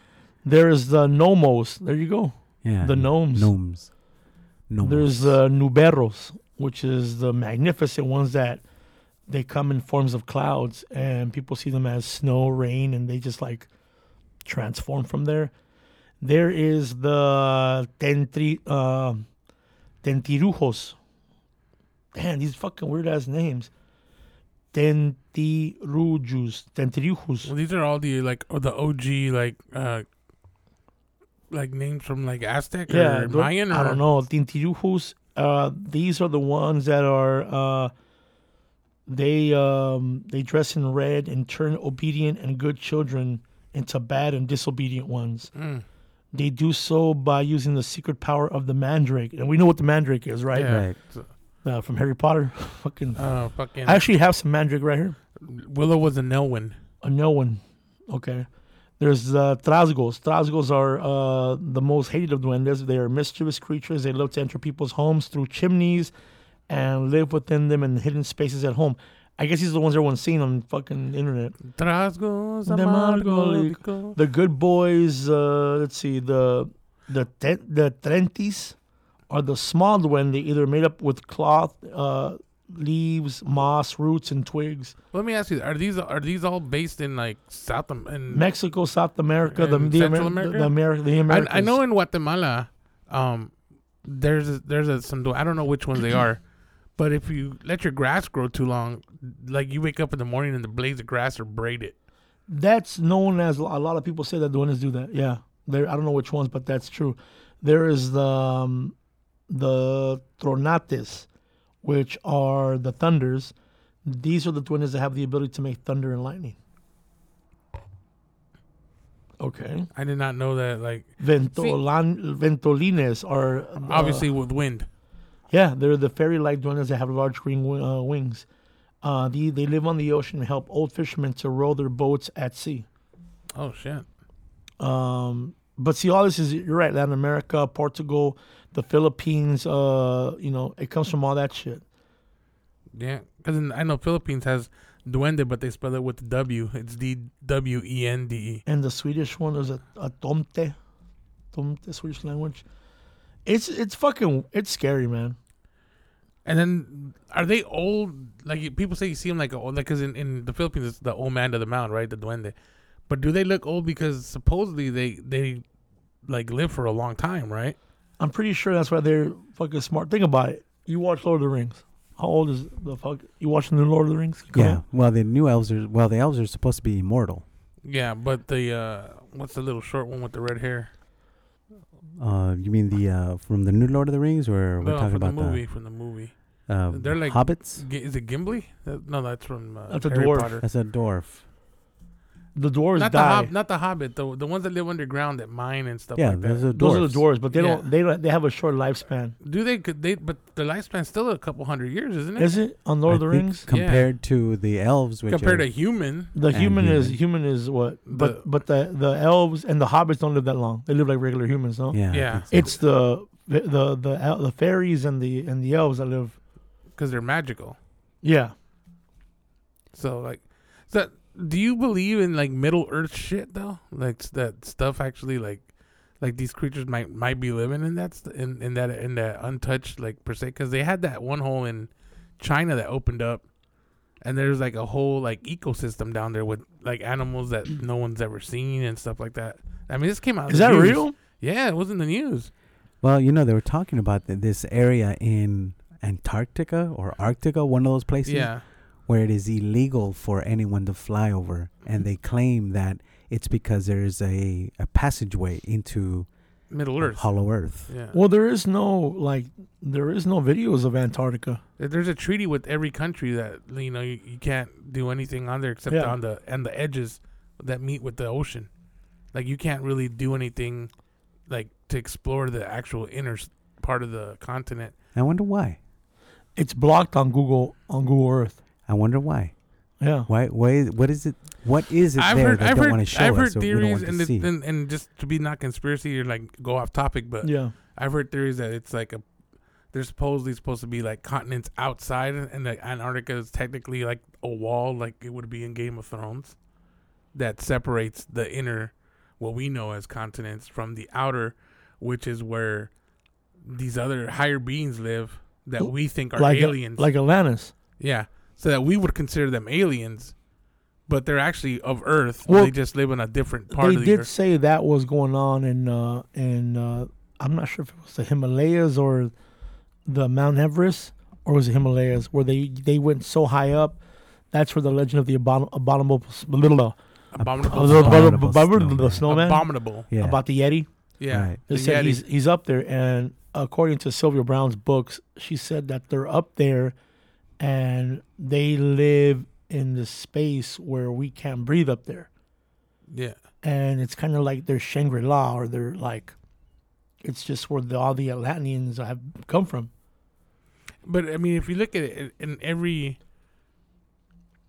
S1: There is the gnomos. There you go.
S3: Yeah.
S1: The gnomes.
S3: Gnomes. Gnomes.
S1: There's uh, the nuberos, which is the magnificent ones that they come in forms of clouds, and people see them as snow, rain, and they just like transform from there. There is the tentri, uh, tentirujos. Damn, these fucking weird ass names. Tentirujus,
S2: Well,
S1: tentirujus.
S2: these are all the like or the OG like uh like names from like Aztec
S1: Yeah,
S2: or
S1: tho-
S2: Mayan. Or,
S1: I don't know. Tentirujus. Uh, these are the ones that are. Uh, they um, they dress in red and turn obedient and good children into bad and disobedient ones.
S2: Mm.
S1: They do so by using the secret power of the mandrake, and we know what the mandrake is, right?
S2: Yeah.
S3: Right.
S1: Uh, from Harry Potter. *laughs* Fucking.
S2: Uh, fucking
S1: I actually have some mandrake right here.
S2: Willow was a Nelwyn.
S1: Uh, no one. Okay. There's uh, Trasgos. Trasgos are uh, the most hated of duendes. They are mischievous creatures. They love to enter people's homes through chimneys and live within them in hidden spaces at home. I guess these are the ones everyone's seen on fucking internet.
S2: Trasgos
S1: The
S2: amargo.
S1: The good boys, uh, let's see, the the ten, the Trentis are the small duende, either made up with cloth, uh, leaves, moss, roots, and twigs.
S2: Let me ask you: Are these are these all based in like South Am- in
S1: Mexico, South America, the,
S2: And
S1: the,
S2: Central
S1: Ameri- the,
S2: America?
S1: Ameri- the
S2: I,
S1: Americas.
S2: I know in Guatemala, um, there's a, there's a, some I don't know which ones they are, but if you let your grass grow too long, like you wake up in the morning and the blades of grass are braided.
S1: that's known as a lot of people say that the winners do that. Yeah, there. I don't know which ones, but that's true. There is the um, the tronates, which are the thunders. These are the twins that have the ability to make thunder and lightning. Okay.
S2: I did not know that. Like
S1: Ventolan, ventolines are uh,
S2: obviously with wind.
S1: Yeah, they're the fairy-like duendes that have large green wi- uh, wings. Uh, the, they live on the ocean and help old fishermen to row their boats at sea.
S2: Oh shit!
S1: Um, but see, all this is you're right. Latin America, Portugal, the Philippines. Uh, you know, it comes from all that shit.
S2: Yeah, because I know Philippines has duende, but they spell it with the W. It's D W E N D E.
S1: And the Swedish one is a, a tomte, tomte Swedish language. It's it's fucking it's scary, man.
S2: And then are they old? Like you- people say, you see them like old, like because in, in the Philippines it's the old man of the mound, right? The duende. But do they look old because supposedly they they like live for a long time, right?
S1: I'm pretty sure that's why they're fucking smart. Think about it. You watch Lord of the Rings. How old is the fuck? You watching the Lord of the Rings? Go
S3: Yeah.
S1: on.
S3: Well, the new elves are well, the elves are supposed to be immortal.
S2: Yeah, but the uh what's the little short one with the red hair?
S3: Uh, you mean the uh, from the new Lord of the Rings, or we're
S2: No,
S3: talking
S2: Oh, from
S3: about
S2: the movie. From the movie,
S3: the uh,
S2: They're like-
S3: hobbits?
S2: G- is it Gimli? That- no, that's from uh,
S1: That's a
S2: Harry
S1: dwarf.
S2: Potter.
S3: That's a dwarf.
S1: The dwarves
S2: Not the,
S1: die.
S2: hob- not the Hobbit, the the ones that live underground that mine and stuff
S3: Yeah,
S2: like
S3: those
S2: that.
S3: are dwarves.
S1: Those are the dwarves, but they
S2: Yeah.
S1: don't. They don't. They have a short lifespan.
S2: Do they could they? But the lifespan's still a couple hundred years, isn't it?
S1: Is it on Lord
S3: I
S1: of the
S3: think
S1: Rings?
S3: compared to the elves, which
S2: Compared
S3: are,
S2: to human,
S1: The
S3: And
S1: human is
S3: human.
S1: human is what, but
S2: The-
S1: but the the elves and the hobbits don't live that long. They live like regular humans, no?
S3: yeah, I
S2: Yeah.
S3: think so.
S1: It's the the the the, el- the fairies and the and the elves that live.
S2: because they're magical.
S1: Yeah,
S2: So like, so do you believe in like Middle Earth shit though? Like s- that stuff actually like, like these creatures might might be living in that st- in in that in that untouched like per se because they had that one hole in China that opened up, and there's like a whole like ecosystem down there with like animals that no one's ever seen and stuff like that. I mean, this came out. in
S1: Mm. is
S2: the
S1: that
S2: news.
S1: real?
S2: Yeah, it was in the news.
S3: Well, you know, they were talking about th- this area in Antarctica or Arctica, one of those places
S2: Yeah,
S3: where it is illegal for anyone to fly over, and they claim that it's because there is a, a passageway into
S1: Oh,
S2: Middle Earth.
S3: Hollow Earth.
S2: Yeah.
S1: Well, there is no like there is no videos of Antarctica.
S2: There- There's a treaty with every country that you know you, you can't do anything on there except
S1: Yeah.
S2: on the and the edges that meet with the ocean. Like you can't really do anything like to explore the actual inner s- part of the continent.
S3: I wonder why.
S1: It's blocked on Google on Google Earth.
S3: I wonder why.
S1: Yeah,
S3: Why? Why? What is it? What is it there that don't want to show
S2: I've
S3: us?
S2: heard
S3: so we don't
S2: theories
S3: want to
S2: and,
S3: see?
S2: it, and and just to be not conspiracy or like go off topic, but
S1: yeah.
S2: I've heard theories that it's like a there's supposedly supposed to be like continents outside, and like Antarctica is technically like a wall, like it would be in Game of Thrones, that separates the inner, what we know as continents, from the outer, which is where these other higher beings live that we think are
S1: like
S2: aliens.
S1: like Atlantis.
S2: yeah, so that we would consider them aliens, but they're actually of Earth.
S1: Well,
S2: they just live in a different part
S1: they
S2: of the
S1: did
S2: Earth.
S1: say that was going on in uh in uh I'm not sure if it was the Himalayas or the Mount Everest or was it Himalayas where they they went so high up that's where the legend of the abom- abominable little
S2: Abominable.
S3: Abominable
S1: abominable abominable
S3: snowman.
S1: snowman
S2: Abominable.
S3: Yeah.
S1: about the Yeti.
S2: Yeah.
S3: Right.
S1: They
S2: The
S1: said
S2: Yeti.
S1: he's he's up there, and according to Sylvia Brown's books, she said that they're up there, and they live in the space where we can't breathe up there,
S2: yeah.
S1: and it's kind of like their Shangri La, or they're like, it's just where the, all the Atlanteans have come from.
S2: But I mean, if you look at it in every,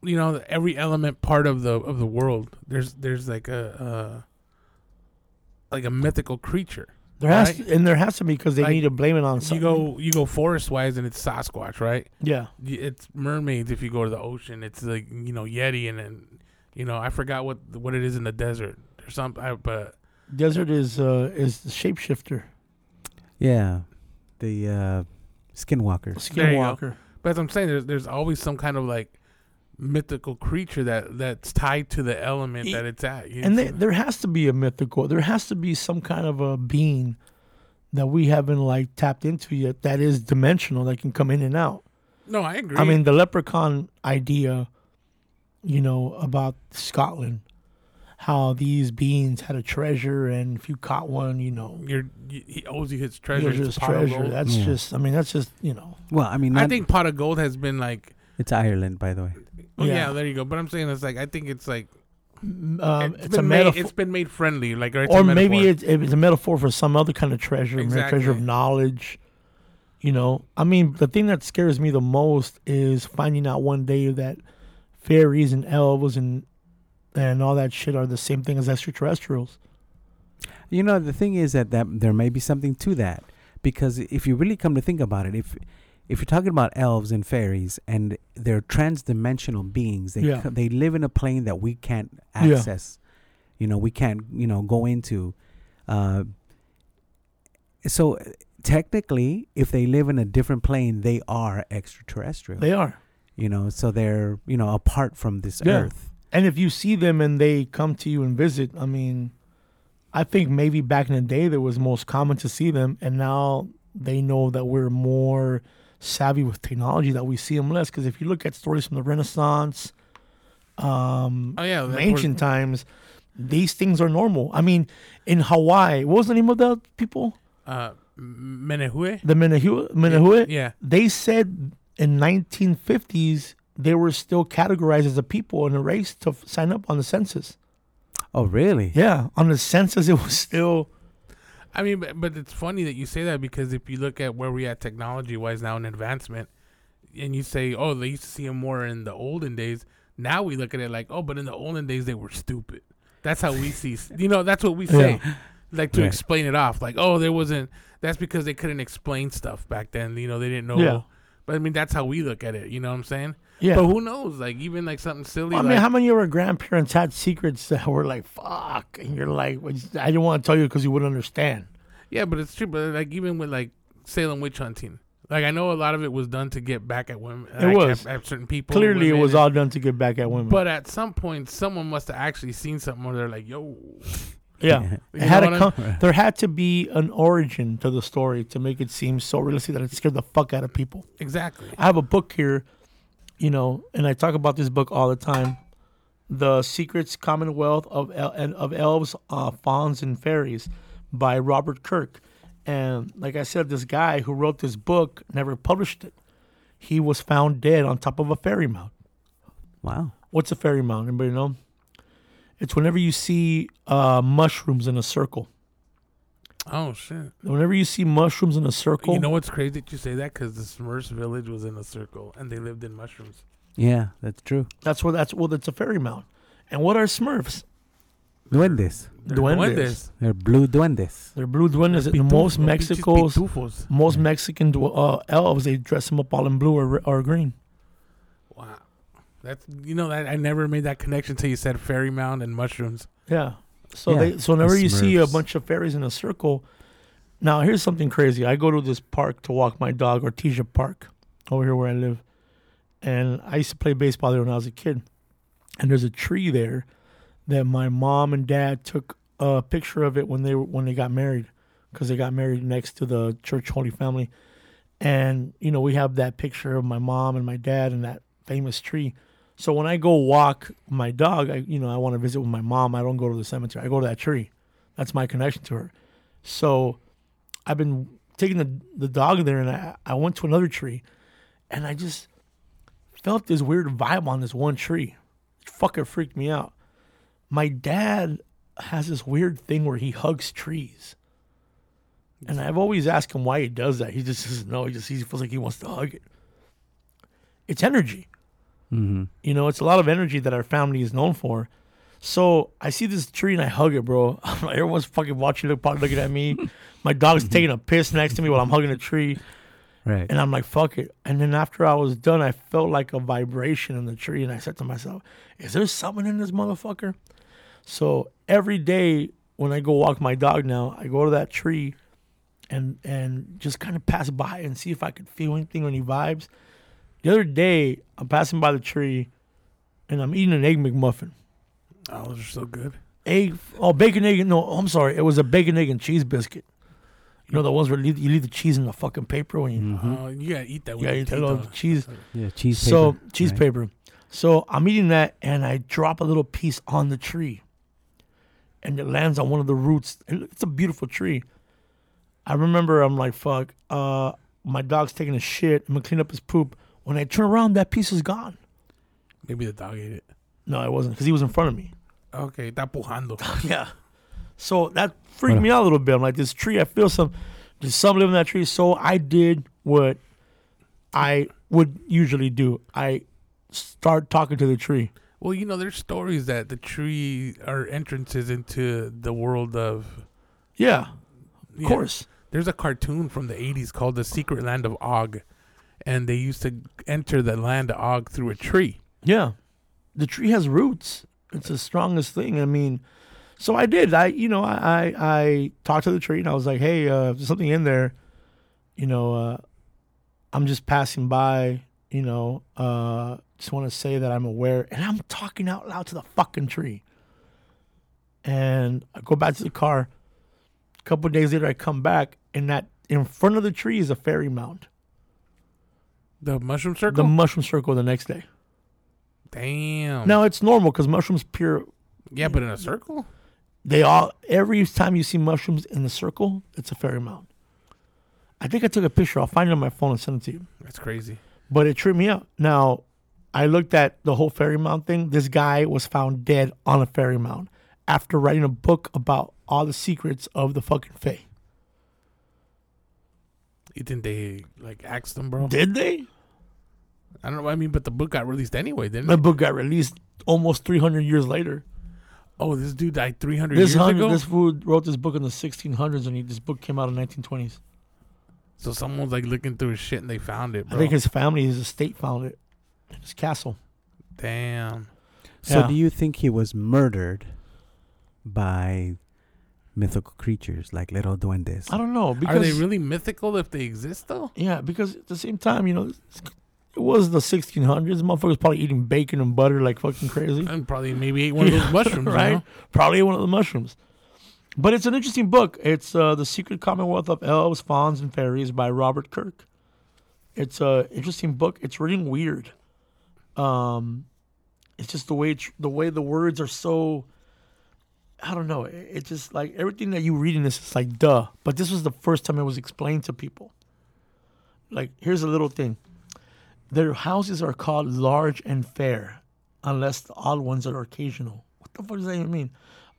S2: you know, every element part of the of the world, there's there's like a, a like a mythical creature.
S1: There has
S2: Right.
S1: to, and there has to be because they
S2: Like,
S1: need to blame it on something.
S2: You go you go forest wise, and it's Sasquatch, right?
S1: yeah,
S2: Y- It's mermaids. If you go to the ocean, it's like you know Yeti, and then you know I forgot what what it is in the desert or something. I, but
S1: desert is uh, is the shapeshifter,
S3: Yeah. The uh, skinwalker.
S2: There you go.
S1: skinwalker.
S2: but as I'm saying, there's there's always some kind of like mythical creature that that's tied to the element
S1: Y-
S2: that it's at. You
S1: And
S2: know?
S1: they, there has to be a mythical. There has to be some kind of a being that we haven't like tapped into yet that is dimensional that can come in and out.
S2: no, I agree.
S1: I mean, the leprechaun idea, you know, about Scotland, how these beings had a treasure, and if you caught one, you know,
S2: You're, you, he owes you his treasure.
S1: you're
S2: It's a
S1: just
S2: pot of
S1: treasure.
S2: gold.
S1: That's
S3: Yeah.
S1: just. I mean, that's just you know.
S3: Well, I mean,
S2: I
S3: not-
S2: think pot of gold has been like,
S3: it's Ireland, by the way.
S2: well,
S1: Yeah.
S2: yeah. there you go. But I'm saying it's like I think it's like
S1: m- Um, it's,
S2: it's
S1: a
S2: been made,
S1: metaphor,
S2: it's been made friendly, like or, it's a
S1: or
S2: metaphor.
S1: maybe it's, it's a metaphor for some other kind of treasure, maybe a treasure of
S2: Exactly.
S1: knowledge. You know, I mean, the thing that scares me the most is finding out one day that fairies and elves and and all that shit are the same thing as extraterrestrials.
S3: You know, the thing is that, that there may be something to that because if you really come to think about it, if if you're talking about elves and fairies and they're transdimensional beings, they
S1: Yeah.
S3: co- they live in a plane that we can't
S1: Yeah.
S3: access. You know, we can't you know go into. Uh, so uh, technically, if they live in a different plane, they are extraterrestrial.
S1: They are.
S3: you know, so they're you know apart from this
S1: Yeah.
S3: earth.
S1: And if you see them and they come to you and visit, I mean, I think maybe back in the day that was most common to see them, and now they know that we're more savvy with technology that we see them less. Because if you look at stories from the Renaissance, um,
S2: oh yeah, that
S1: from
S2: word-
S1: ancient times, these things are normal. I mean, in Hawaii, what was the name of the people?
S2: uh, M- Menehue.
S1: The Menahue, Menahue.
S2: Yeah,
S1: They said in 1950s they were still categorized as a people and a race to f- sign up on the census.
S3: Oh, really?
S1: Yeah, on the census, it was still
S2: I mean, but, but it's funny that you say that because if you look at where we at technology wise now in advancement, and you say, oh, they used to see them more in the olden days. Now we look at it like, oh, but in the olden days they were stupid. That's how we see. You know,
S1: *laughs*
S2: that's what we say, like to
S3: Right.
S2: explain it off. Like, oh, there wasn't. That's because they couldn't explain stuff back then. You know, they didn't know.
S1: Yeah.
S2: But I mean, that's how we look at it. You know what I'm saying?
S1: yeah.
S2: But who knows? Like even like something silly.
S1: I mean,
S2: like,
S1: how many of our grandparents had secrets that were like "fuck," and you're like, "Well, just- "I didn't want to tell you because you wouldn't understand."
S2: Yeah, but it's true. But like even with like Salem witch hunting, like I know a lot of it was done to get back at women.
S1: It
S2: like,
S1: was.
S2: at, at certain people.
S1: Clearly, it
S2: women,
S1: was
S2: and-
S1: all done to get back at women.
S2: But at some point, someone must have actually seen something where they're like, "Yo,
S1: yeah,
S2: *laughs* You
S1: it had
S2: know
S1: a
S2: what
S1: com- there had to be an origin to the story to make it seem so realistic that it scared the fuck out of people.
S2: exactly."
S1: I have a book here, you know, and I talk about this book all the time, "The Secrets Commonwealth of El- and of Elves, uh, Fauns, and Fairies," by Robert Kirk. And like I said, this guy who wrote this book never published it. He was found dead on top of a fairy mound.
S3: Wow.
S1: What's a fairy mound? Anybody know? It's whenever you see uh, mushrooms in a circle.
S2: Oh shit!
S1: Whenever you see mushrooms in a circle,
S2: You know what's crazy that you say that because the Smurfs village was in a circle and they lived in mushrooms.
S3: Yeah, that's true.
S1: that's where that's well, that's a fairy mound. And what are Smurfs?
S3: Duendes.
S2: They're
S1: Duendes.
S3: They're blue duendes.
S1: They're blue duendes.
S2: Pitufos,
S1: And most
S2: pinches
S1: Mexico's
S2: pitufos.
S1: most Mexican dw- uh, elves they dress them up all in blue or, or green.
S2: Wow, that's you know that I never made that connection until you said fairy mound and mushrooms.
S1: Yeah. So
S3: Yeah,
S1: they so whenever
S3: the
S1: you see a
S3: Smurfs.
S1: bunch of fairies in a circle, Now, here's something crazy. I go to this park to walk my dog, Artesia Park, over here where I live. And I used to play baseball there when I was a kid. And there's a tree there that my mom and dad took a picture of it when they were, when they got married because they got married next to the church Holy Family. And, you know, we have that picture of my mom and my dad and that famous tree. So when I go walk my dog, I, you know, I want to visit with my mom. I don't go to the cemetery. I go to that tree. That's my connection to her. So I've been taking the, the dog there and I, I went to another tree and I just felt this weird vibe on this one tree. It fucking freaked me out. My dad has this weird thing where he hugs trees. And I've always asked him why he does that. He just doesn't know. He just he feels like he wants to hug it. It's energy. You know, it's a lot of energy that our family is known for. So I see this tree and I hug it, bro. *laughs* Everyone's fucking watching, look, probably looking at me. My dog's taking a piss next to me while I'm hugging a tree.
S3: Right.
S1: And I'm like, fuck it. And then after I was done, I felt like a vibration in the tree. And I said to myself, is there something in this motherfucker? So every day when I go walk my dog now, I go to that tree and and just kind of pass by and see if I could feel anything or any vibes. The other day, I'm passing by the tree and I'm eating an egg McMuffin.
S2: Oh, those are so good.
S1: Egg, oh, bacon, egg, and- no, I'm sorry. It was a bacon, egg, and cheese biscuit. You know, the ones where you leave, you leave the cheese in the fucking paper when you.
S2: Oh, you gotta eat that. with
S1: Yeah, Uh-huh. you
S2: your teeth
S1: take off
S2: on.
S1: the cheese.
S3: Yeah, cheese paper.
S1: So cheese
S3: right?
S1: paper. So I'm eating that, and I drop a little piece on the tree, and it lands on one of the roots. It- It's a beautiful tree. I remember I'm like, "Fuck!" Uh, my dog's taking a shit. I'm gonna clean up his poop. When I turn around, that piece is gone.
S2: Maybe the dog ate it.
S1: No, it wasn't because he was in front of me.
S2: Okay, está pujando.
S1: Yeah. So that freaked me out a little bit. I'm like, this tree, I feel some, there's some live in that tree. So I did what I would usually do. I start talking to the tree.
S2: Well, you know, there's stories that the tree are entrances into the world of.
S1: Yeah, of
S2: Yeah.
S1: course.
S2: There's a cartoon from the 80s called The Secret Land of Og, and they used to enter the land of Og through a tree.
S1: Yeah. The tree has roots. It's the strongest thing. I mean, so I did. I, you know, I, I, I talked to the tree and I was like, hey, uh, if there's something in there, you know, uh, I'm just passing by, you know, uh, just want to say that I'm aware. And I'm talking out loud to the fucking tree. And I go back to the car. A couple days later, I come back and that in front of the tree is a fairy mound.
S2: The mushroom
S1: The
S2: circle?
S1: mushroom circle the next day.
S2: Damn.
S1: Now it's normal because mushrooms pure
S2: Yeah, but in a circle?
S1: they all every time you see mushrooms in the circle, it's a fairy mound. I think I took a picture. I'll find it on my phone and send it to you.
S2: That's crazy.
S1: But it tripped me out. Now, I looked at the whole fairy mound thing. This guy was found dead on a fairy mound after writing a book about all the secrets of the fucking fae.
S2: You think they, like, axed them, bro?
S1: Did they?
S2: I don't know. I mean, but the book got released anyway, didn't
S1: The
S2: it?
S1: book got released almost 300 years later.
S2: Oh, this dude died 300
S1: This
S2: years
S1: hundred,
S2: ago?
S1: this fool wrote this book in the 1600s, and he, this book came out in 1920s.
S2: So someone's, like, looking through his shit and they found it,
S1: I
S2: bro.
S1: think his family, his estate, found it. His castle.
S2: Damn.
S3: So
S1: Yeah.
S3: do you think he was murdered by mythical creatures like little duendes?
S1: I don't know because
S2: Are they really mythical if they exist, though?
S1: Yeah, because at the same time, you know, it's- it was the 1600s. Motherfuckers probably eating bacon and butter like fucking crazy,
S2: And probably maybe ate
S1: *laughs*
S2: one of those mushrooms,
S1: right?
S2: right?
S1: Probably one of the mushrooms. But it's an interesting book. It's uh, The Secret Commonwealth of Elves, Fauns, and Fairies by Robert Kirk. It's a interesting book. It's written weird. Um, it's just the way it's, the way the words are so. I don't know. It- It's just like everything that you read in this is like duh. But this was the first time it was explained to people. Like here's a little thing. Their houses are called large and fair, unless the odd ones are occasional. What the fuck does that even mean?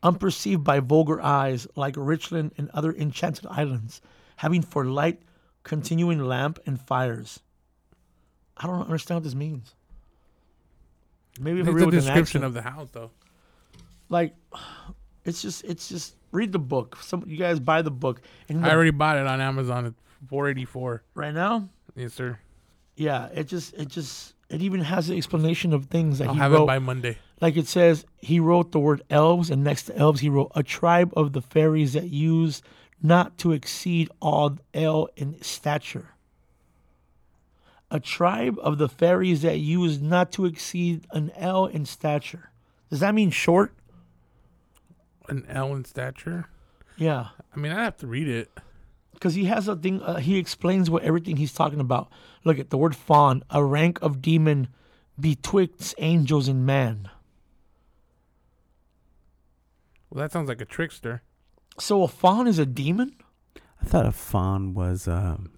S1: Unperceived by vulgar eyes, like Richland and other enchanted islands, having for light continuing lamp and fires. I don't understand what this means. Maybe if I
S2: It's
S1: read
S2: a
S1: with an
S2: description
S1: accent
S2: of the house, though.
S1: like it's just it's just read the book some you guys buy the book and
S2: I already bought it on Amazon. It's 484.
S1: right now
S2: Yes, sir.
S1: yeah it just it just it even has an explanation of things that
S2: I'll
S1: he
S2: have
S1: wrote
S2: it by Monday.
S1: like it says he wrote the word elves and next to elves he wrote a tribe of the fairies that use not to exceed all L in stature. A tribe of the fairies that use not to exceed an L in stature. Does that mean short?
S2: An L in stature.
S1: Yeah.
S2: I mean, I have to read it.
S1: because he has a thing. Uh, he explains what everything he's talking about. Look at the word "fawn," a rank of demon betwixt angels and man.
S2: Well, that sounds like a trickster.
S1: So a fawn is a demon.
S3: I thought a fawn was. Um,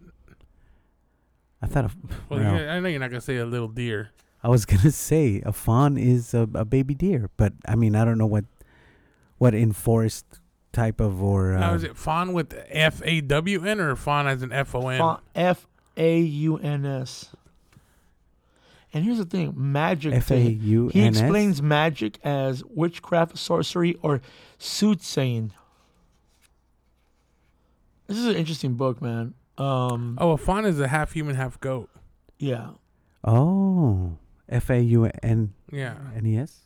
S3: I thought a.
S2: Well,
S3: well,
S2: you- I know you're not gonna say a little deer.
S3: I was *laughs* gonna say a fawn is a, a baby deer, but I mean I don't know what, what in forest type of or
S2: Now, is
S3: um,
S2: it fawn with F A W N or fawn as an F O N?
S1: Fawn, F A U N S. And here's the thing: magic. to him- He
S3: F.A.U.N.S.?
S1: explains magic as witchcraft, sorcery, or soothsaying. This is an interesting book, man. Um,
S2: Oh, a fawn is a half human, half goat.
S1: yeah.
S3: oh F A U N
S2: Yeah,
S3: N E S.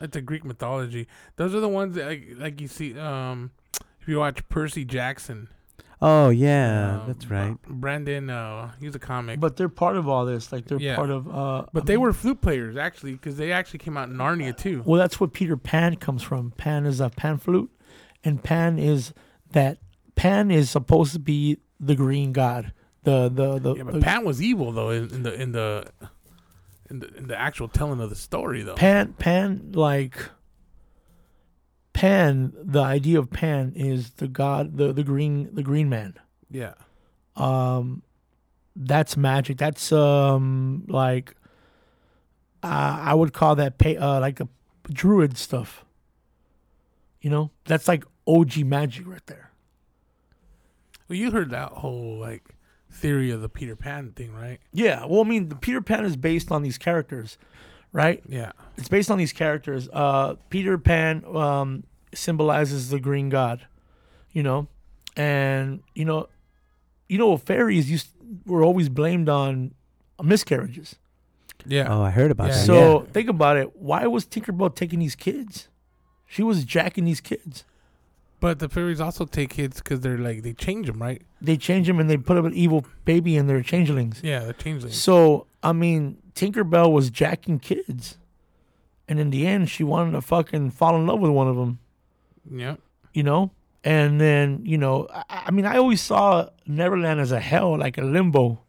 S2: it's a Greek mythology. Those are the ones that like, like you see. Um, if you watch Percy Jackson,
S3: Oh yeah,
S2: um,
S3: that's right.
S2: Brandon, uh, he's a comic, but,
S1: But they're part of all this. Like they're
S2: Yeah.
S1: part of. Uh, I
S2: they
S1: mean-
S2: were flute players actually because they actually came out in Narnia too.
S1: Well, that's what Peter Pan comes from. Pan is a pan flute, and Pan is that Pan is supposed to be the green god. The the the.
S2: Yeah,
S1: the-
S2: but Pan was evil though in, in the in the in the in the actual telling of the story though.
S1: Pan Pan like. Pan, the idea of Pan is the god, the the green the green man.
S2: yeah,
S1: Um, that's magic. That's um like. Uh, I would call that pa- uh, like a druid stuff. You know, that's like OG magic right there.
S2: well, you heard that whole like theory of the Peter Pan thing, right?
S1: Yeah, well, I mean, the Peter Pan is based on these characters, right?
S2: Yeah,
S1: It's based on these characters. Uh, Peter Pan um, symbolizes the Green God, you know, and you know, you know, fairies used were always blamed on miscarriages.
S2: yeah.
S3: Oh, I heard about
S2: Yeah.
S3: that.
S1: So think about it. Why was Tinkerbell taking these kids? She was jacking these kids.
S2: But the fairies also take kids because they're like they change them, right?
S1: They change them and they put up an evil baby in their changelings.
S2: Yeah, they're changelings.
S1: So I mean, Tinkerbell was jacking kids, and in the end, she wanted to fucking fall in love with one of them,
S2: Yeah,
S1: you know. And then you know, I, I mean, I always saw Neverland as a hell, like a limbo.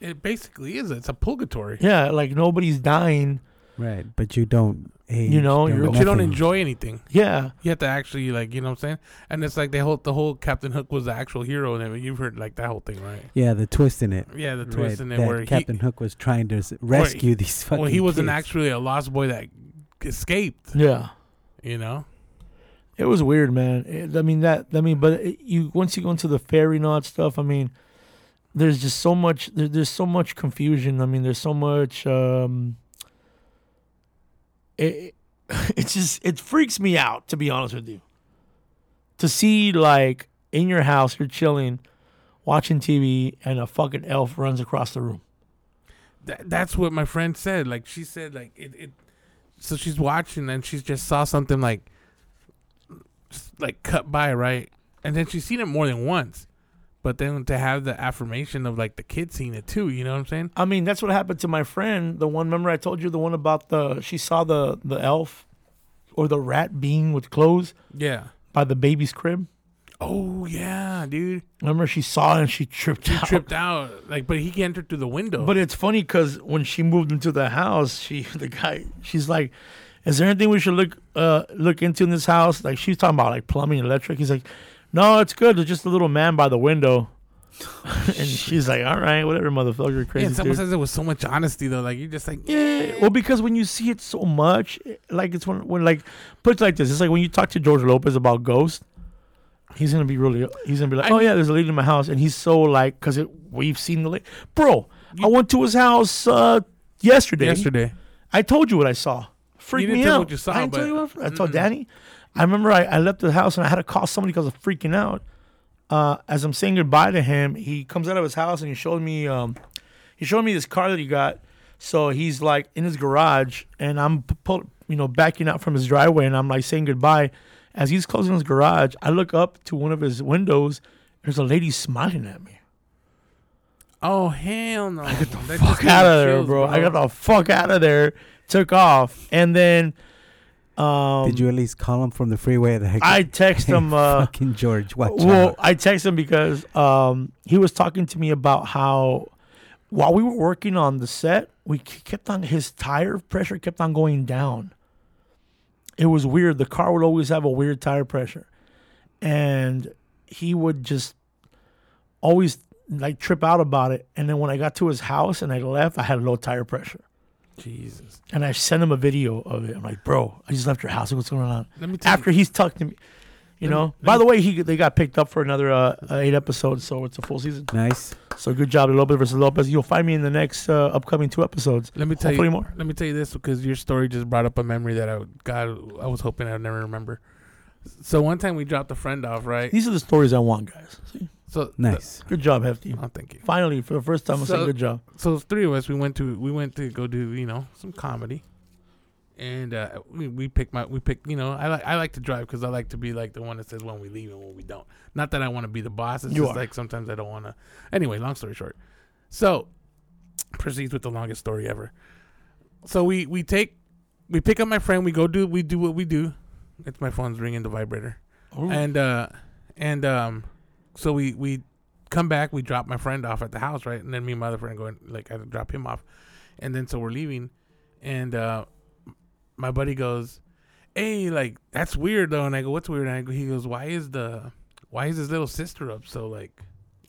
S2: it basically is. It's a purgatory.
S1: Yeah, like nobody's dying.
S3: yeah, right. But you don't. Age,
S1: You know, you're-
S2: But
S1: But
S2: you don't
S3: nothing.
S2: enjoy anything.
S1: Yeah,
S2: You have to actually like, you know what I'm saying? And it's like they whole the whole Captain Hook was the actual hero and everything. You've heard like that whole thing, right?
S3: Yeah, the twist in it.
S2: Yeah, the
S3: Right,
S2: twist in it
S3: that
S2: where he-
S3: Captain Hook was trying to s- rescue these fucking.
S2: well, he wasn't
S3: kids.
S2: actually a lost boy that escaped.
S1: yeah.
S2: You know?
S1: It was weird, man. It- I mean that. I mean, but it, you once you go into the fairy nod stuff, I mean, there's just so much. There, there's so much confusion. I mean, there's so much. Um, it *laughs* it just it freaks me out to be honest with you. To see like in your house, you're chilling, watching TV, and a fucking elf runs across the room.
S2: That, that's what my friend said. Like she said, like it, it. So she's watching and she just saw something like, s- like cut by right, and then she's seen it more than once, but then to have the affirmation of like the kid seeing it too. You know what I'm saying?
S1: I mean, that's what happened to my friend. The one, remember I told you the one about the she saw the the elf or the rat being with clothes.
S2: Yeah.
S1: by the baby's crib.
S2: Oh yeah,
S1: *laughs*
S2: dude.
S1: Remember, she saw it and she tripped out. *laughs*
S2: Tripped out. Like, but he entered through the window.
S1: But it's funny because when she moved into the house, she the guy she's like, "Is there anything we should look uh look into in this house?" Like she's talking about like plumbing, electric. He's like, "No, it's good. There's just a little man by the window." *laughs* and she's like, "All right, whatever, motherfucker, you're
S2: yeah,
S1: crazy."
S2: someone
S1: dude."
S2: says it with so much honesty though. Like you're just like
S1: Yeah, well, because when you see it so much, it- like it's when, when like put it like this, it's like when you talk to George Lopez about Ghost, he's gonna be really, he's gonna be like,
S2: I-
S1: oh yeah, there's a lady in my house, and he's so like, cause it, we've seen the lady, bro. I went to his house uh, yesterday.
S2: yesterday.
S1: I told you what I saw. Freaked
S2: didn't
S1: me
S2: tell
S1: out.
S2: what you saw,
S1: I didn't tell
S2: but-
S1: you what I told Danny. I remember I, I left the house and I had to call somebody because of freaking out. Uh, as I'm saying goodbye to him, he comes out of his house and he showed me um, he showed me this car that he got. So he's like in his garage and I'm p- pull, you know backing out from his driveway and I'm like saying goodbye. As he's closing his garage, I look up to one of his windows. There's a lady smiling at me.
S2: Oh hell no! I got the
S1: fuck out of there, bro. I got the fuck out of there. Took off, and then um,
S3: Did you at least call him from the freeway? That
S1: I
S3: *laughs*
S1: text him. Uh,
S3: fucking George, watch
S1: well,
S3: out.
S1: I text him because um, he was talking to me about how while we were working on the set, we k- kept on his tire pressure kept on going down. It was weird. The car would always have a weird tire pressure, and he would just always like trip out about it. And then when I got to his house and I left, I had low tire pressure.
S2: Jesus.
S1: And I sent him a video of it. I'm like, bro, I just left your house. What's going on?
S2: Let me tell
S1: After he's tucked in, you know. By the way, he they got picked up for another uh, uh, eight episodes, so it's a full season.
S3: Nice.
S1: So good job, Lopez versus Lopez. You'll find me in the next uh, upcoming two episodes.
S2: Let me tell
S1: Hopefully
S2: you.
S1: more.
S2: Let me tell you this because your story just brought up a memory that I God I was hoping I'd never remember. So one time we dropped a friend off, right?
S1: These are the stories I want, guys. See?
S2: So *laughs*
S3: Nice.
S1: Good job, Hefty.
S2: oh, thank you.
S1: Finally, for the first time, I said
S2: So-
S1: good job.
S2: So three of us we went to we went to go do you know some comedy, and uh, we we picked my we picked you know I like I like to drive because I like to be like the one that says when we leave and when we don't. Not that I want to be the boss. It's
S1: You
S2: just
S1: are.
S2: like sometimes I don't want to. Anyway, long story short, so proceeds with the longest story ever. So we we take we pick up my friend. We go do we do what we do. It's my phone's ringing the vibrator and uh and um so we we come back we drop my friend off at the house right and then me and my other friend going like i drop him off and then so we're leaving and uh my buddy goes hey like that's weird though and i go what's weird and I go, he goes why is the why is his little sister up so like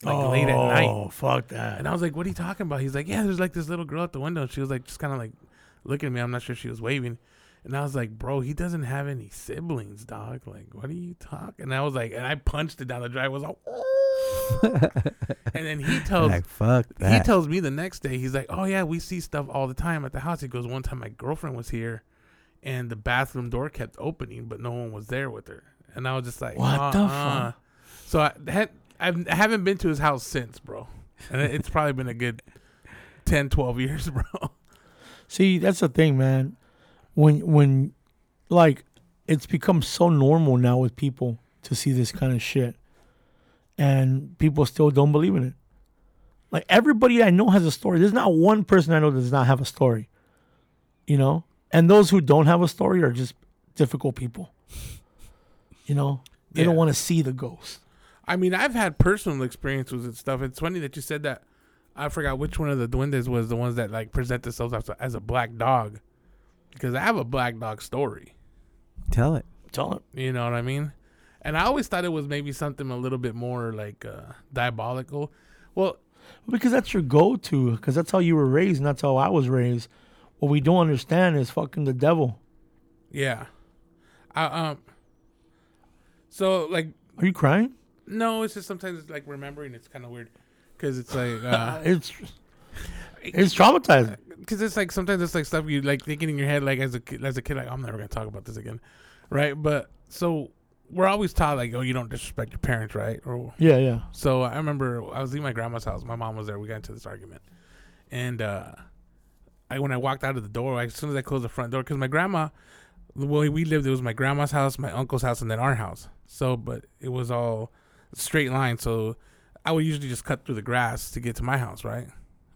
S2: like late at night
S1: Oh, fuck that.
S2: and I was like, "What are you talking about?" He's like, "Yeah, there's like this little girl at the window." And she was like, just kind of like looking at me. I'm not sure she was waving. And I was like, "Bro, he doesn't have any siblings, dog. Like, what are you talking?" And I was like, and I punched it down the drive. I was like, and then he tells
S3: like fuck
S2: he
S3: that.
S2: tells me the next day, he's like, "Oh yeah, we see stuff all the time at the house." He goes, "One time my girlfriend was here, and the bathroom door kept opening, but no one was there with her." And I was just like,
S1: What the
S2: "Uh-uh."
S1: fuck?
S2: So I, had, I've, I haven't been to his house since, bro, and it- it's probably been a good 10, 12 years, *laughs* bro.
S1: See, that's the thing, man. When when like it's become so normal now with people to see this kind of shit. And people still don't believe in it. Like everybody I know has a story. There's not one person I know that does not have a story. You know? And those who don't have a story are just difficult people. You know? They don't
S2: Yeah.
S1: want to see the ghost.
S2: I mean, I've had personal experiences and stuff. It's funny that you said that. I forgot which one of the duendes was the ones that like present themselves as a, as a black dog, because I have a black dog story.
S3: Tell it.
S1: Tell it.
S2: You know what I mean? And I always thought it was maybe something a little bit more like uh, diabolical. Well,
S1: Because that's your go to, because that's how you were raised and that's how I was raised. What we don't understand is fucking the devil.
S2: yeah. I, um. So like,
S1: Are you crying?
S2: no, it's just sometimes it's like remembering it's kind of weird, because it's like,
S1: *laughs*
S2: uh
S1: it's it's traumatizing.
S2: 'cause it's like sometimes it's like stuff you like thinking in your head like as a kid, as a kid like I'm never gonna talk about this again, right? But so we're always taught like oh you don't disrespect your parents right or
S1: Yeah, yeah.
S2: So I remember I was leaving my grandma's house. My mom was there. We got into this argument, and uh, I when I walked out of the door, as soon as I closed the front door, because my grandma, the way we lived, it was my grandma's house, my uncle's house, and then our house. So, but it was all straight line. So I would usually just cut through the grass to get to my house, right?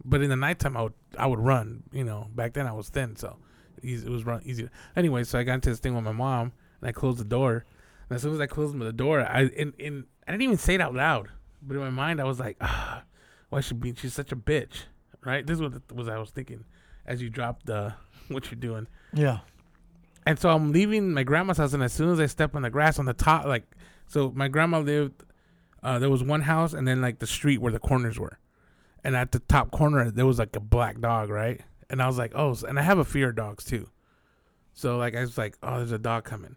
S2: But in the nighttime, I would I would run. You know, back then I was thin, so easy, it was run easier. Anyway, so I got into this thing with my mom, and I closed the door. And as soon as I closed the door, I in, in I didn't even say it out loud, but in my mind I was like, ah, why she be? She's such a bitch, right? This is what was I was thinking as you dropped the *laughs* what you're doing.
S1: Yeah.
S2: And so I'm leaving my grandma's house, and as soon as I step on the grass on the top, like, so my grandma lived, uh, there was one house, and then like the street where the corners were. And at the top corner, there was like a black dog, right? And I was like, oh, s- and I have a fear of dogs too. So like, I was like, oh, there's a dog coming.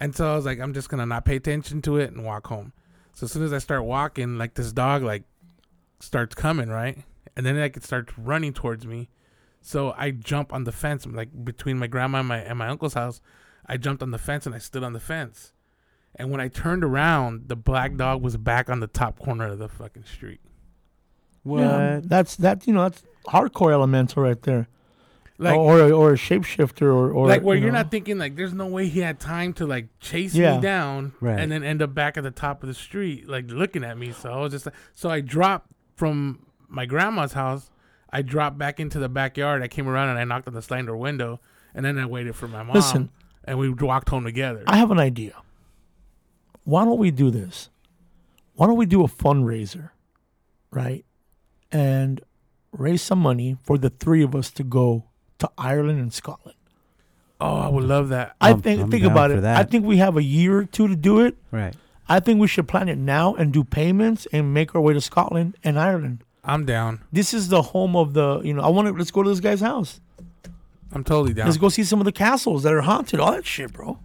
S2: And so I was like, I'm just gonna not pay attention to it and walk home. So as soon as I start walking, like this dog like starts coming, right? And then like it starts running towards me. So I jump on the fence, like between my grandma and my and my uncle's house. I jumped on the fence and I stood on the fence. And when I turned around, the black dog was back on the top corner of the fucking street.
S1: Yeah, That's that. You know, that's hardcore elemental right there.
S2: Like,
S1: or or, or a shapeshifter or, or
S2: like where
S1: you
S2: you are
S1: know.
S2: not thinking like there's no way he had time to like chase
S1: Yeah.
S2: me down
S3: Right.
S2: and then end up back at the top of the street like looking at me so i was just like so i dropped from my grandma's house i dropped back into the backyard i came around and i knocked on the sliding door window and then i waited for my mom
S1: Listen.
S2: and we walked home together
S1: I have an idea. Why don't we do this? Why don't we do a fundraiser, right? And raise some money for the three of us to go to Ireland and Scotland.
S2: oh i would love that
S1: I
S3: I'm-
S1: think
S3: I'm
S1: think
S3: down
S1: about
S3: for
S1: it.
S3: that.
S1: I think we have a year or two to do it.
S3: Right.
S1: I think we should plan it now and do payments and make our way to Scotland and Ireland.
S2: i'm down
S1: This is the home of the, you know, I want to let's go to this guy's house.
S2: i'm totally down
S1: Let's go see some of the castles that are haunted, all that shit, bro.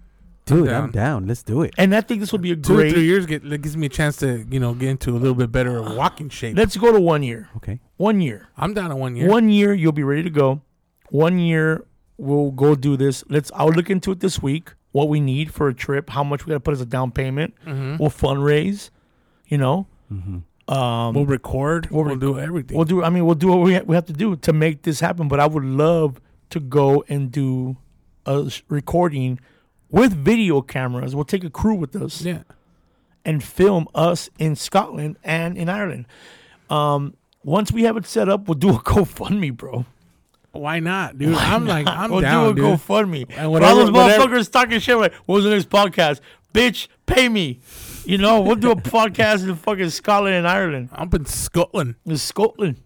S3: Dude,
S2: down.
S3: I'm down. Let's do it.
S1: And I think this would be a
S2: two or
S1: great
S2: three years get, gives me a chance to you know get into a little bit *sighs* better walking shape
S1: Let's go to one year.
S3: Okay.
S1: One year.
S2: i'm down to one year
S1: One year you'll be ready to go. One year we'll go do this. Let's. I'll look into it this week. What we need for a trip, how much we gotta put as a down payment.
S2: Mm-hmm.
S1: We'll fundraise. You know,
S2: we'll record we'll,
S1: we'll
S2: do everything
S1: we'll do. I mean, we'll do what we, ha- we have to do to make this happen. But I would love to go and do a s- recording with video cameras. We'll take a crew with us
S2: yeah
S1: and film us in Scotland and in Ireland. Um, once we have it set up, we'll do a *laughs* GoFundMe, bro.
S2: Why not, dude? I'm like, I'm
S1: We'll
S2: down,
S1: do a
S2: dude.
S1: GoFundMe.
S2: And
S1: For all
S2: whatever-
S1: those
S2: whatever-
S1: motherfuckers talking shit like, what was the next podcast? Bitch, pay me. You know, we'll
S2: *laughs*
S1: do a podcast in fucking Scotland and Ireland.
S2: I'm in Scotland.
S1: In Scotland.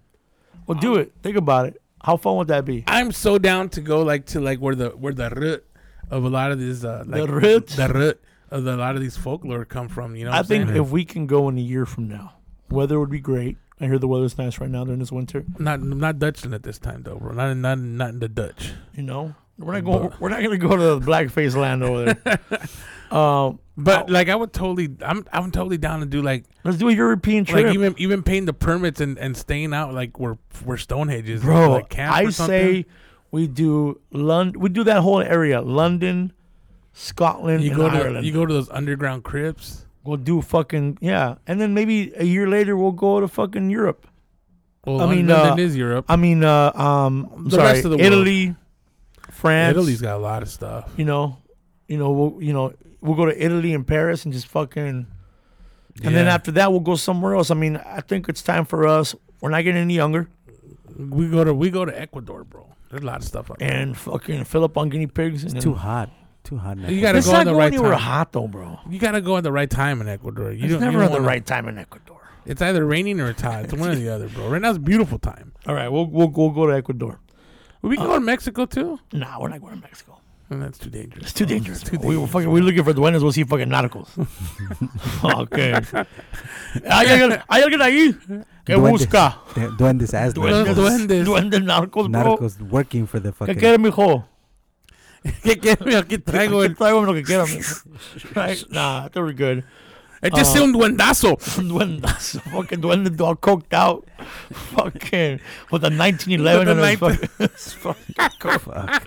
S1: We'll do it. Think about it. How fun would that be?
S2: I'm so down to go like to like where the where the root of a lot of these uh, like,
S1: The root?
S2: the root of the, a lot of these folklore come from. You know, what
S1: I
S2: I'm
S1: think
S2: saying?
S1: if we can go in a year from now, weather would be great. I hear the weather's nice right now during this winter.
S2: not not Dutchland at this time though, bro. Not in- not in- not in the Dutch.
S1: You know, we're not going. We're not going to go to the blackface land over
S2: *laughs*
S1: there. um,
S2: But
S1: Oh.
S2: like, I would totally, I'm I'm totally down to do like
S1: let's do a European trip.
S2: like even even paying the permits and, and staying out like where where Stonehenge is,
S1: bro.
S2: Like camp
S1: I
S2: or something.
S1: say we do London. We do that whole area: London, Scotland,
S2: you
S1: and
S2: go to
S1: Ireland.
S2: you go to those underground crypts.
S1: we'll do fucking yeah, and then maybe a year later we'll go to fucking Europe.
S2: Well,
S1: I mean,
S2: London
S1: uh,
S2: is Europe.
S1: I mean, uh, um, I'm
S2: The
S1: sorry,
S2: rest of the world.
S1: Italy, France.
S2: Italy's got a lot of stuff.
S1: you know, you know, we'll, you know, we'll go to Italy and Paris and just fucking. And then
S2: Yeah.
S1: after that, we'll go somewhere else. I mean, I think it's time for us. We're not getting any younger.
S2: We go to we go to Ecuador, bro. There's a lot of stuff up there.
S1: And fucking fill up on guinea pigs. And
S3: It's
S1: then-
S3: too hot. Too hot now.
S2: You gotta
S1: It's
S2: go
S1: not
S2: at the
S1: going
S2: right
S1: anywhere
S2: time.
S1: hot though, bro.
S2: You gotta go at the right time in Ecuador. You
S1: it's
S2: don't, you
S1: never
S2: don't
S1: at the
S2: wanna-
S1: right time in Ecuador.
S2: It's either raining or it's hot. It's one or the other, bro. Right now it's a beautiful time.
S1: All right, we'll we'll, we'll go to Ecuador.
S2: Would we
S1: Uh,
S2: go to Mexico too?
S1: Nah, we're not going to Mexico.
S2: Oh, that's too dangerous.
S1: It's too dangerous. bro. we were fucking we're looking for duendes. We'll see fucking narcos. okay. Hay alguien- hay alguien ahí que
S3: Duendes.
S1: busca
S3: Du- Duendes as
S2: Duendes.
S3: narcos.
S2: Duendes.
S1: duendes narcos, bro.
S3: Narcos working for the
S1: ¿Qué
S3: fucking.
S1: quiere, mijo?
S2: *laughs* ¿Qué quieres? Mira, aquí traigo el-
S1: Tráigame lo que quiera, mijo. Right? Nah, they were good. *laughs* Uh,
S2: Échese un duendazo.
S1: Some duendes, fucking duendes all coked out, *laughs* fucking with a 1911
S2: With
S1: and
S2: a
S1: a fucking. *laughs*
S3: Fuck.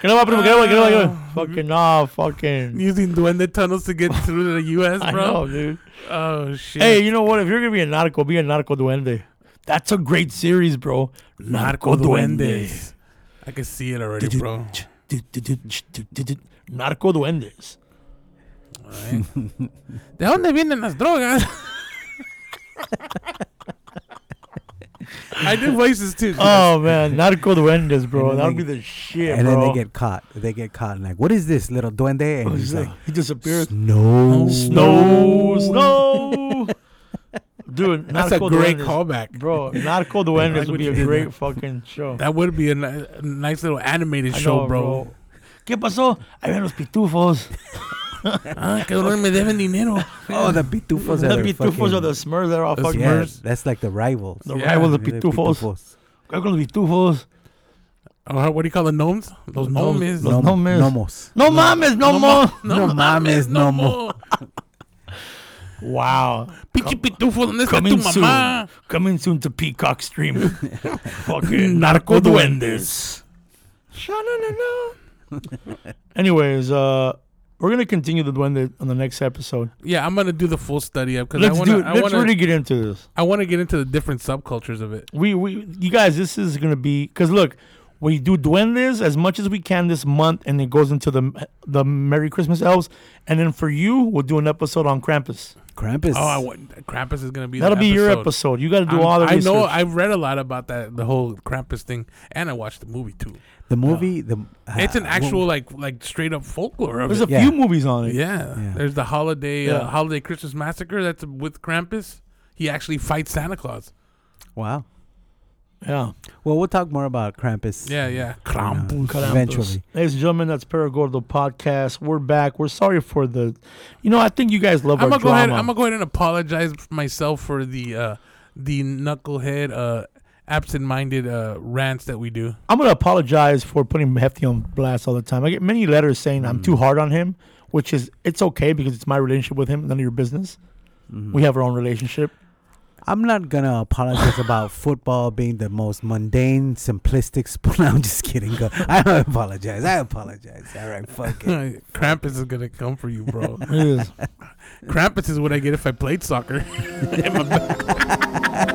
S1: Que no va, primo, que no va, que no va, que no va. Fucking, nah,
S2: *laughs*
S1: fucking.
S2: Using duende tunnels
S1: *laughs*
S2: to get through the U.S.,
S1: I
S2: bro.
S1: know, dude.
S2: Oh shit.
S1: Hey, you know what? If you're gonna be a narco, be a narco duende. That's a great series, bro.
S2: narco duendes. I can see it already, bro.
S1: Narco duendes.
S2: Right. ¿De dónde vienen las drogas? I do voices too.
S1: Oh man, narco duendes, bro.
S3: And then
S1: That'd be
S3: they-
S1: the shit,
S3: And then
S1: bro.
S3: they get caught. They get caught and like, what is this little duende? And he's like,
S1: he disappeared.
S3: no.
S2: Oh,
S1: Snow, snow. Dude,
S2: That's a
S1: narco
S2: great
S1: duendes.
S2: callback.
S1: bro. Narco duendes
S2: what
S1: would be
S2: you
S1: a
S2: did
S1: great fucking show.
S2: That would be a, ni- a nice little animated
S1: I
S2: show,
S1: know,
S2: bro.
S1: ¿Qué pasó? Ahí ven los pitufos.
S2: Ah, que no me deben dinero.
S3: Oh, the pitufos
S1: The
S3: are the
S1: pitufos
S3: fucking-
S1: are the smurfs that are all
S2: The
S1: fucking.
S3: Yeah,
S1: Yeah.
S2: Smurfs.
S3: that's like the rivals.
S1: The
S2: Yeah.
S1: rivals
S3: The
S1: of pitufos.
S3: pitufos.
S1: Creo que los pitufos.
S2: Oh, how- what do you call the gnomes? Those gnomes.
S1: Los
S3: Nom-
S1: gnomes.
S3: Gnomos.
S1: No, mames, no, more.
S3: No mames, no more.
S1: Wow.
S2: Pinche pitufo, ¿dónde está tu
S1: Coming soon.
S2: mamá?
S1: Coming soon to Peacock Stream. fucking
S2: Narco
S1: Narco Duendes. Sha-na-na-na. Anyways, uh, we're going to continue the Duende on the next episode.
S2: Yeah, I'm gonna do the full study up because I
S1: Let's
S2: wanna,
S1: do it.
S2: I
S1: Let's
S2: wanna,
S1: really get into this.
S2: I wanna get into the different subcultures of it.
S1: we we you guys this is gonna be because look We do duendes as much as we can this month, and it goes into the the Merry Christmas elves. And then for you, we'll do an episode on Krampus.
S3: Krampus.
S2: Oh, I want, Krampus is gonna be. the
S1: That'll be your
S2: episode.
S1: episode. You got to do
S2: I'm-
S1: all the
S2: I know.
S1: research.
S2: I've read a lot about that, the whole Krampus thing, and I watched the movie too.
S3: the movie. The
S2: It's an
S3: uh,
S2: actual, like, like straight up folklore of
S1: There's
S2: it.
S1: a
S3: Yeah.
S1: few movies on it.
S2: yeah.
S3: Yeah.
S2: there's the holiday,
S1: Yeah.
S2: uh, holiday Christmas massacre. That's with Krampus. He actually fights Santa Claus.
S3: Wow.
S1: Yeah.
S3: Well, we'll talk more about Krampus.
S2: Yeah, yeah.
S3: Krampus.
S2: Krampus.
S3: Eventually.
S1: Ladies and gentlemen, that's Paragordo Podcast. We're back. We're sorry for the, you know, I think you guys love
S2: I'm
S1: our
S2: gonna go
S1: drama.
S2: ahead. I'm gonna go ahead and apologize for myself for the uh, the knucklehead, uh, absent-minded uh, rants that we do. *laughs*
S1: I'm gonna apologize for putting Hefty on blast all the time. I get many letters saying I'm too hard on him, which is it's okay because it's my relationship with him, none of your business. We have our own relationship.
S3: I'm not gonna apologize about football being the most mundane, simplistic sport. *laughs* I'm just kidding. Go. I don't apologize. I apologize. All right, fuck it.
S2: Krampus is gonna come for you, bro.
S1: It is.
S2: *laughs* Krampus is what I get if I played soccer. In my back.